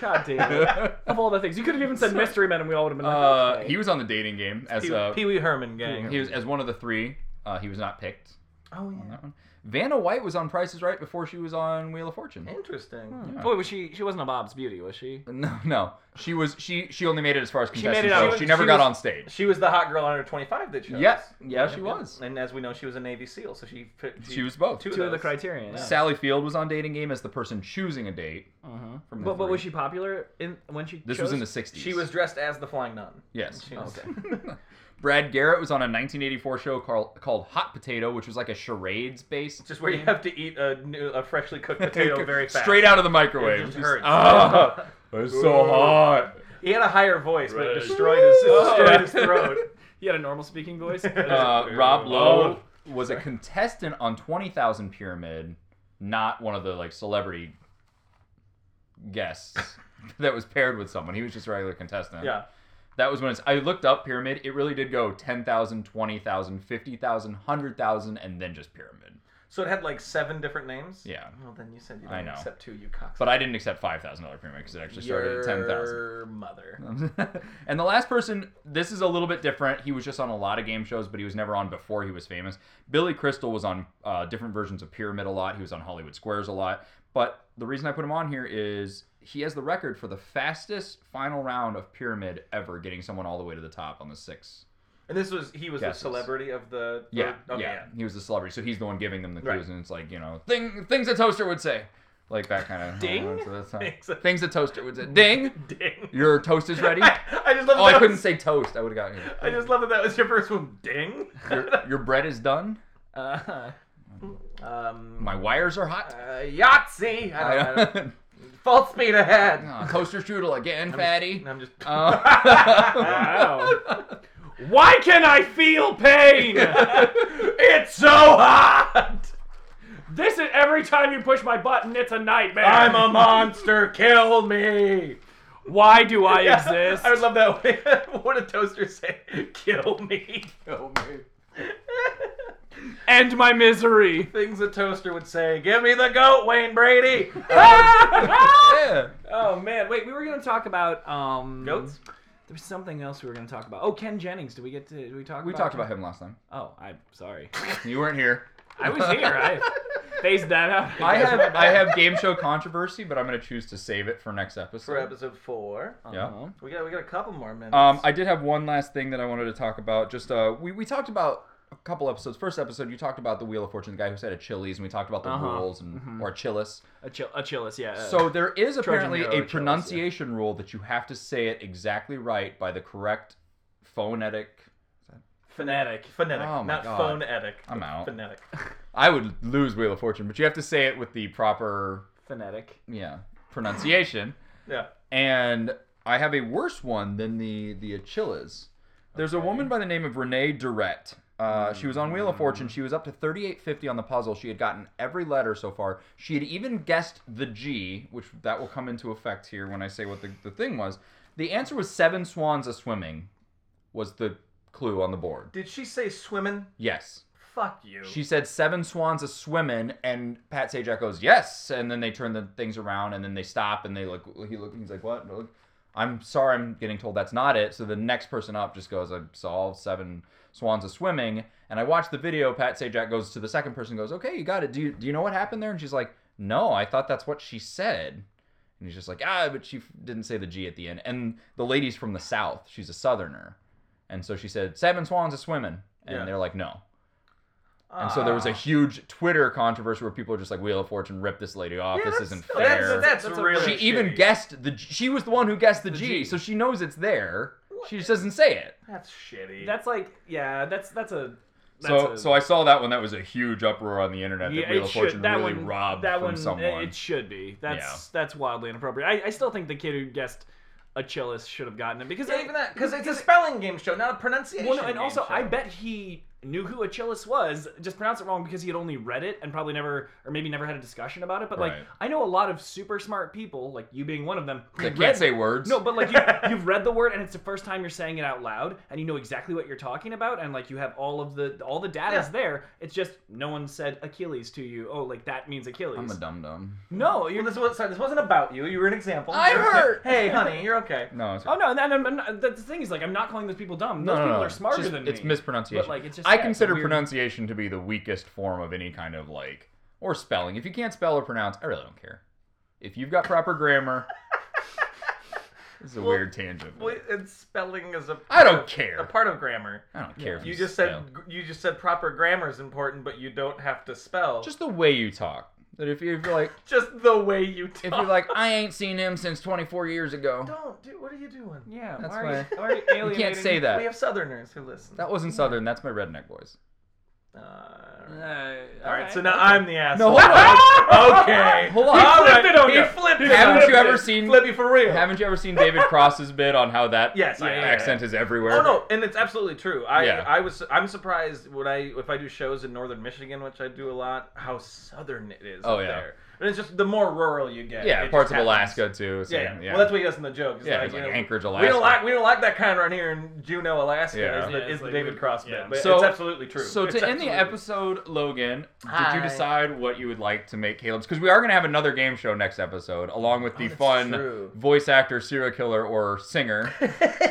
A: God damn it. Of all the things, you could have even said Mystery Men, and we all would have been like,
C: Uh,
A: okay.
C: he was on the dating game as uh,
B: Pee Wee Herman gang.
C: he was as one of the three. Uh, he was not picked
B: oh
C: on that one. Vanna White was on Price is Right before she was on Wheel of Fortune.
B: yeah, interesting.
C: Hmm.
A: Boy, was she? She wasn't a Bob's Beauty, was she?
C: No, no, she was she she only made it as far as
A: made
C: contestant.
A: it out.
C: She,
A: She
C: she
A: was-
C: never
A: she
C: got
A: was-
C: on stage.
B: She was the hot girl under 25 that shows.
C: Yeah, yeah, she was.
B: And as we know, she was a Navy SEAL, so she picked-
C: She was both.
A: Two of the
B: those.
A: Criterion. yeah.
C: Sally Field was on dating game as the person choosing a date.
A: Mhm.
C: From the
A: But, but
C: three.
A: was she popular in when she?
C: This
A: chose?
C: was in the '60s.
B: Uh-huh. She was dressed as the flying nun.
C: yes.
B: She was-
C: Brad Garrett was on a 1984 show called, called Hot Potato, which was like a charades based.
B: Just where you have to eat a, new, a freshly cooked potato very fast.
C: Straight out of the
B: It
C: microwave.
B: just hurts.
C: Ah, it's so hot.
B: He had a higher voice, but it
A: Right.
B: destroyed his, it
A: Oh.
B: destroyed his throat.
A: He had a normal speaking voice.
C: Uh, Rob
A: Oh.
C: Lowe was a contestant on Twenty Thousand Pyramid, not one of the like celebrity guests that was paired with someone. He was just a regular contestant.
B: Yeah.
C: That was when it's, I looked up pyramid. It really did go 10,000, 20,000, 50,000, 100,000, and then just pyramid.
B: So it had like seven different names?
C: Yeah.
B: Well, then you said you
C: I
B: didn't
C: know.
B: accept two, you cocksucker.
C: But I didn't accept $5,000 pyramid because it actually started at 10,000.
B: Your mother.
C: and the last person, this is a little bit different. He was just on a lot of game shows, but he was never on before he was famous. Billy Crystal was on uh, different versions of Pyramid a lot. He was on Hollywood Squares a lot. But the reason I put him on here is he has the record for the fastest final round of Pyramid ever, getting someone all the way to the top on the six
B: And this was he was
C: Guesses.
B: the celebrity of the
C: Yeah,
B: or- okay,
C: yeah, He was the celebrity, so he's the one giving them the clues,
B: Right.
C: and it's like you know, thing things a toaster would say, like that kind of
B: Ding?
C: So that's how-
B: Things a-
C: things a toaster would say. Ding,
B: Ding.
C: your toast is ready.
B: I, I just love
C: oh,
B: that
C: I couldn't
B: was-
C: say toast. I would have gotten it.
B: I just love that that was your first one. Ding.
C: Your, your bread is done. Uh-huh.
B: uh, um,
C: My wires are hot.
B: uh, Yahtzee. I don't, I don't, full speed ahead.
C: Oh, toaster strudel again, fatty.
B: I'm just.
C: Uh,
A: Wow. Why can I feel pain?
B: it's so hot.
A: this is every time you push my button, it's a nightmare.
B: I'm a monster. Kill me.
A: Why do I exist?
B: I would love that. way. what did Toaster say? Kill me.
C: oh, man.
A: End my misery.
B: Things a toaster would say. Give me the goat, Wayne Brady.
C: Uh, yeah.
A: Oh man, wait, we were gonna talk about um
B: Goats?
A: There's something else we were gonna talk about. Oh, Ken Jennings. Did we get to? Did we talk?
C: We talked about him last time.
A: Oh, I'm sorry.
C: You weren't here.
A: I was here. I phased that out.
C: I
A: guess.
C: have I have game show controversy, but I'm gonna choose to save it for next episode.
B: For episode four,
C: Yeah.
A: Uh-huh.
B: we got we got a couple more minutes.
C: Um, I did have one last thing that I wanted to talk about. Just uh, we, we talked about a couple episodes. First episode, you talked about the Wheel of Fortune, the guy who said a Chili's, and we talked about the
A: Uh-huh.
C: rules and or Achilles.
A: A chill, a chillus, yeah. uh,
C: So there is apparently
A: arrow
C: a
A: Achilles, yeah.
C: pronunciation rule that you have to say it exactly right by the correct phonetic.
A: phonetic.
B: phonetic,
C: Oh my
B: not
C: God.
B: phonetic.
C: I'm out.
B: Phonetic.
C: I would lose Wheel of Fortune, but you have to say it with the proper
A: Phonetic.
C: yeah pronunciation.
B: Yeah.
C: and I have a worse one than the the Achilles. There's a woman by the name of Renee Durrett. Uh, she was on Wheel of Fortune. She was up to 3850 on the puzzle. She had gotten every letter so far. She had even guessed the G, which that will come into effect here when I say what the, the thing was. The answer was seven swans a swimming, was the clue on the board.
B: Did she say swimming?
C: Yes.
B: Fuck you.
C: She said seven swans a swimming, and Pat Sajak goes yes, and then they turn the things around, and then they stop, and they look. He look. He's like, what? Look. I'm sorry, I'm getting told that's not it. So the next person up just goes, I solved seven swans a swimming, and I watched the video. Pat Sajak goes to the second person, and goes, okay, you got it. Do you do you know what happened there? And she's like, no, I thought that's what she said. And he's just like, ah, but she f- didn't say the G at the end. And the lady's from the South. She's a Southerner. And so she said, seven swans a swimming. And
B: Yeah.
C: they're like, no. And so there
A: Ah.
C: was a
B: Ah.
C: huge Twitter controversy where people were just like, Wheel of Fortune, rip this lady off. this
B: that's-
C: isn't
B: that's-
C: fair.
B: that's
A: That's a-
B: really
C: she even
B: shitty.
C: guessed the. G- She was the one who guessed the, G,
A: G.
C: so she knows it's there. She just doesn't say it.
B: That's shitty.
A: That's like, yeah, that's that's a. That's
C: so,
A: a,
C: so I saw that one. That was a huge uproar on the internet.
A: yeah,
C: that Wheel
A: it
C: of
A: should-
C: Fortune
A: that
C: really
A: one,
C: robbed
A: that
C: from
A: one,
C: someone.
A: It should be. That's that's wildly inappropriate. I, I still think the kid who guessed a chillus should have gotten it because
B: Yeah, even that because it's a spelling game show, not a pronunciation.
A: Well, no, and
B: game
A: also
B: show.
A: I bet he knew who Achilles was, just pronounced it wrong because he had only read it and probably never, or maybe never had a discussion about it. But like,
C: Right.
A: I know a lot of super smart people, like you being one of them, who
C: they can't
A: read-
C: say words.
A: No, but like you, you've read the word and it's the first time you're saying it out loud, and you know exactly what you're talking about, and like you have all of the all the data's
B: Yeah.
A: there. It's just no one said Achilles to you. Oh, like that means Achilles.
C: I'm a dum dum.
A: no, you're.
B: Well, this was sorry, this wasn't about you. You were an example.
C: I'm hurt.
B: hey, honey, you're okay.
C: No, it's
A: Oh no, and, and, and, and the thing is, like, I'm not calling those people dumb. Those
C: no, no,
A: people
C: no.
A: are smarter
C: it's just-
A: than me.
C: It's mispronunciation.
A: But, like, it's just-
C: I
A: yeah, it's a
C: consider
A: weird-
C: pronunciation to be the weakest form of any kind of like or spelling. If you can't spell or pronounce, I really don't care. If you've got proper grammar, this is a
B: Well,
C: weird tangent.
B: Well, it's spelling is a.
C: I don't care.
B: A part of grammar.
C: I don't care. if
B: You just said
C: spell.
B: you just said proper grammar is important, but you don't have to spell.
C: just the way you talk. That if you're like
B: just the way you talk.
C: if you're like I ain't seen him since 24 years ago.
B: don't do. What are you doing?
A: yeah,
C: That's
A: why are
C: why-
A: you, why are you
C: You
A: alienating?
C: can't say
B: We
C: that.
B: have Southerners who listen.
C: That wasn't southern. That's my redneck voice.
B: Uh,
A: Uh,
B: all
A: all
B: right, so now I'm the
C: No,
B: asshole.
C: hold
B: Oh,
C: on.
B: okay.
C: Hold on.
B: All
A: flipped
B: right.
A: it on
B: He
A: you.
B: flipped it.
C: Haven't
B: on
C: you ever
B: Flip-
C: seen-
B: Flippy for real?
C: Haven't you ever seen David Cross's bit on how that
B: Yes, yeah, yeah, yeah.
C: accent is everywhere?
B: Oh no, and it's absolutely true. I
C: Yeah.
B: I was I'm surprised when I if I do shows in northern Michigan, which I do a lot, how southern it is
C: Oh,
B: up
C: yeah.
B: there. And it's just the more rural you get. it
C: Yeah,
B: just
C: parts of
B: happens.
C: Alaska too. So,
B: Yeah, yeah. Well, that's what he does in the joke. It's
C: Yeah,
B: like,
C: it's
B: you
C: like
B: know,
C: Anchorage,
B: We don't
C: Alaska.
B: like we don't like that kind around here in Juneau, Alaska.
C: Yeah.
B: Is the,
A: Yeah,
B: is
A: it's
B: the
A: like
B: David
A: we-
B: Cross bit,
A: yeah.
B: but
C: So-
B: it's absolutely true.
C: So
B: It's
C: to end the
B: absolutely-
C: episode, Logan, did
B: Hi.
C: you decide what you would like to make Caleb's? Because we are going to have another game show next episode, along with the
B: Oh, that's
C: fun
B: true.
C: voice actor, serial killer, or singer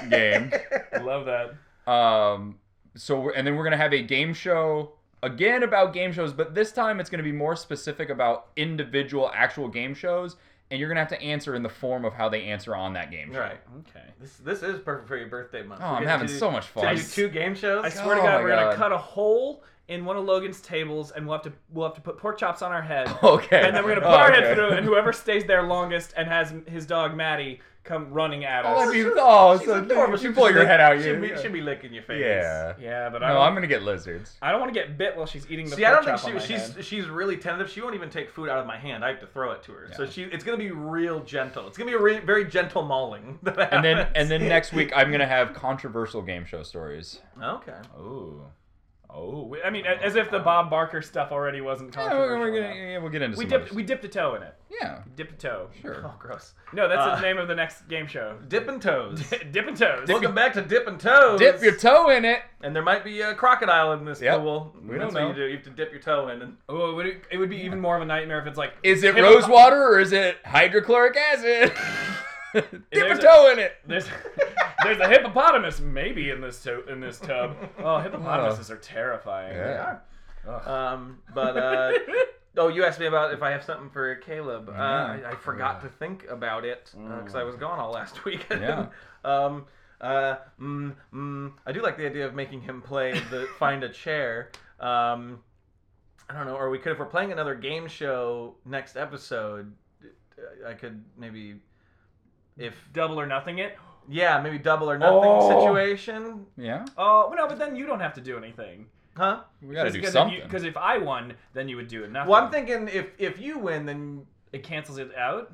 C: game.
A: I love that.
C: Um, so we're, and then we're going to have a game show again about game shows, but this time it's going to be more specific about individual actual game shows. and you're gonna have to answer in the form of how they answer on that game show.
B: Right.
A: Okay.
B: This this is perfect for your birthday month.
C: Oh,
B: We
C: I'm
B: get
C: having
B: to-
C: so much fun.
B: To do two game shows.
A: I swear to
C: Oh
A: God,
C: my
A: we're gonna
C: God.
A: cut a hole in one of Logan's tables, and we'll have to we'll have to put pork chops on our head,
C: Okay.
A: and then we're gonna put
C: Oh,
A: our head
C: okay.
A: through, and whoever stays there longest and has his dog Maddie come running at
C: Oh,
A: us.
C: that'd be- oh,
B: She's
C: so
B: adorable.
C: you
B: She
C: pull
B: should
C: your
B: lick-
C: head out.
B: Should
C: you,
B: be, should be licking your face.
C: yeah.
A: yeah, but I
C: No,
A: don't,
C: I'm
A: I'm,
C: gonna get lizards.
A: I don't want to get bit while she's eating the.
B: See, I don't
A: pork
B: think
A: chop on
B: she,
A: my
B: she's
A: head.
B: she's really tentative. She won't even take food out of my hand. I have to throw it to her. So
C: Yeah.
B: she it's gonna be real gentle. It's gonna be a re- very gentle mauling. That
C: And then
B: happens.
C: and then next week I'm gonna have controversial game show stories.
B: okay.
C: Oh. Oh.
A: I mean, a- as if the Bob Barker stuff already wasn't
C: Yeah, we're,
A: controversial.
C: we're gonna
A: enough.
C: yeah, we'll get into
A: we
C: some
A: dipped
C: other
A: we dipped a toe in it.
C: stuff. Yeah.
A: Dip a toe.
C: Sure.
B: Oh, gross.
A: No, that's
B: Uh,
A: the name of the next game show.
B: Dipping toes.
A: Dip and toes.
B: Welcome back to Dipping Toes.
C: Dip your toe in it.
B: And there might be a crocodile in this
C: Yep.
B: pool.
C: We
B: That's what
C: don't know.
B: You, do. you have to dip your toe in. And
A: Oh, it would, it would be even more of a nightmare if it's like.
C: Is it
A: Hey, uh,
C: rose
A: but-
C: water or is it hydrochloric acid? Dip a
A: There's a-
C: toe in it.
A: There's, there's a hippopotamus maybe in this to- in this tub. Oh, hippopotamuses are terrifying.
C: Yeah.
A: Ugh.
B: um, but uh, oh, you asked me about if I have something for Caleb. Uh, I,
C: Yeah. Mm.
B: I forgot to think about it because I was gone all last week.
C: Yeah.
B: um, uh, mm, mm, I do like the idea of making him play the find a chair. Um, I don't know, or we could if we're playing another game show next episode. uh, I could maybe if
A: Double or nothing it.
B: yeah maybe double or nothing
A: Oh.
B: situation,
C: Yeah.
A: Oh well, no, but then you don't have to do anything.
B: huh?
C: We gotta do something.
A: Because if, I won, then you would do it. Nothing.
B: Well, I'm thinking if if you win, then
A: it cancels it out.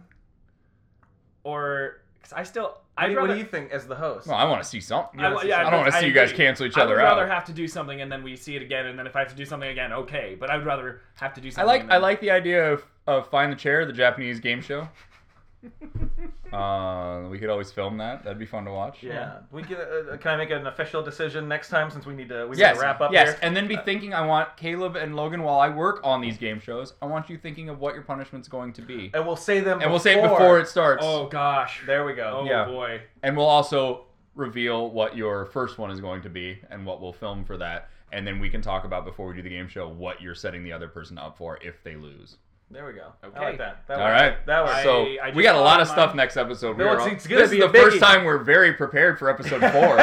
A: Or because I still,
B: what,
A: I'd
B: do you- what
A: rather.
B: do you think as the host?
C: Well, I want to see something.
B: You wanna
A: wa-
B: see
C: I
B: something?
C: don't want to see you guys
A: agree.
C: cancel each
A: I would
C: other
A: rather
C: out.
A: have to do something and then we see it again, and then if I have to do something again, okay. But I would rather have to do
C: I
A: something.
C: like
A: and
C: I
A: then-
C: like the idea of, of find the chair, the Japanese game show. uh, we could always film that. That'd be fun to watch.
B: Yeah, we can. Uh, can I make an official decision next time since we need to? We need
C: Yes.
B: to wrap up
C: yes.
B: here.
C: And then be thinking. I want Caleb and Logan while I work on these game shows. I want you thinking of what your punishment's going to be,
B: and we'll say them.
C: and we'll say it before it starts.
A: Oh gosh.
B: There we go.
A: Oh
C: Yeah.
A: boy.
C: And we'll also reveal what your first one is going to be and what we'll film for that. And then we can talk about before we do the game show what you're setting the other person up for if they lose.
B: There we go. I
A: Okay.
B: like that. that
C: All
B: works.
C: right.
B: That works.
A: I-
C: So
A: I just
C: we got a lot
A: thought
C: of
A: of
C: stuff
A: mine.
C: next episode.
B: No,
C: We're
B: it's-
C: all-
B: it's gonna
C: this
B: be
C: is the
B: a
C: first
B: biggie.
C: time we're very prepared for episode four. We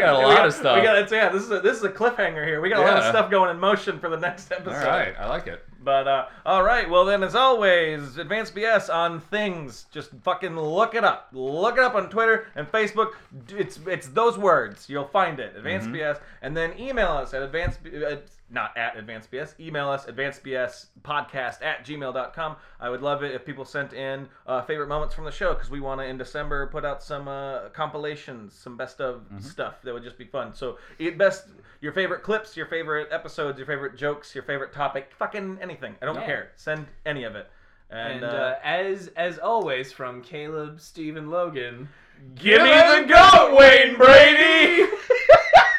C: got a lot of stuff.
B: We got, yeah, this is a, this is a cliffhanger here. We got a lot of
C: Yeah.
B: stuff going in motion for the next
C: all
B: episode.
C: right, I like it.
B: But uh, all right. Well, then, as always, advanced BS on things. Just fucking look it up. Look it up on Twitter and Facebook. D- It's it's those words. You'll find it. Advanced BS. And then email us at advanced. Uh, not at advanced BS. Email us advanced BS podcast at gmail.com. I would love it if people sent in uh, favorite moments from the show because we want to in December put out some uh, compilations, some best of
A: Mm-hmm.
B: stuff that would just be fun. So it best your favorite clips, your favorite episodes, your favorite jokes, your favorite topic, fucking anything. I don't
A: Yeah.
B: care. Send any of it. And,
A: And
B: uh,
A: uh, as as always, from Caleb, Steve, and Logan.
B: give
A: me the
B: goat, Wayne Brady.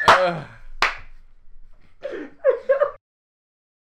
C: Ugh.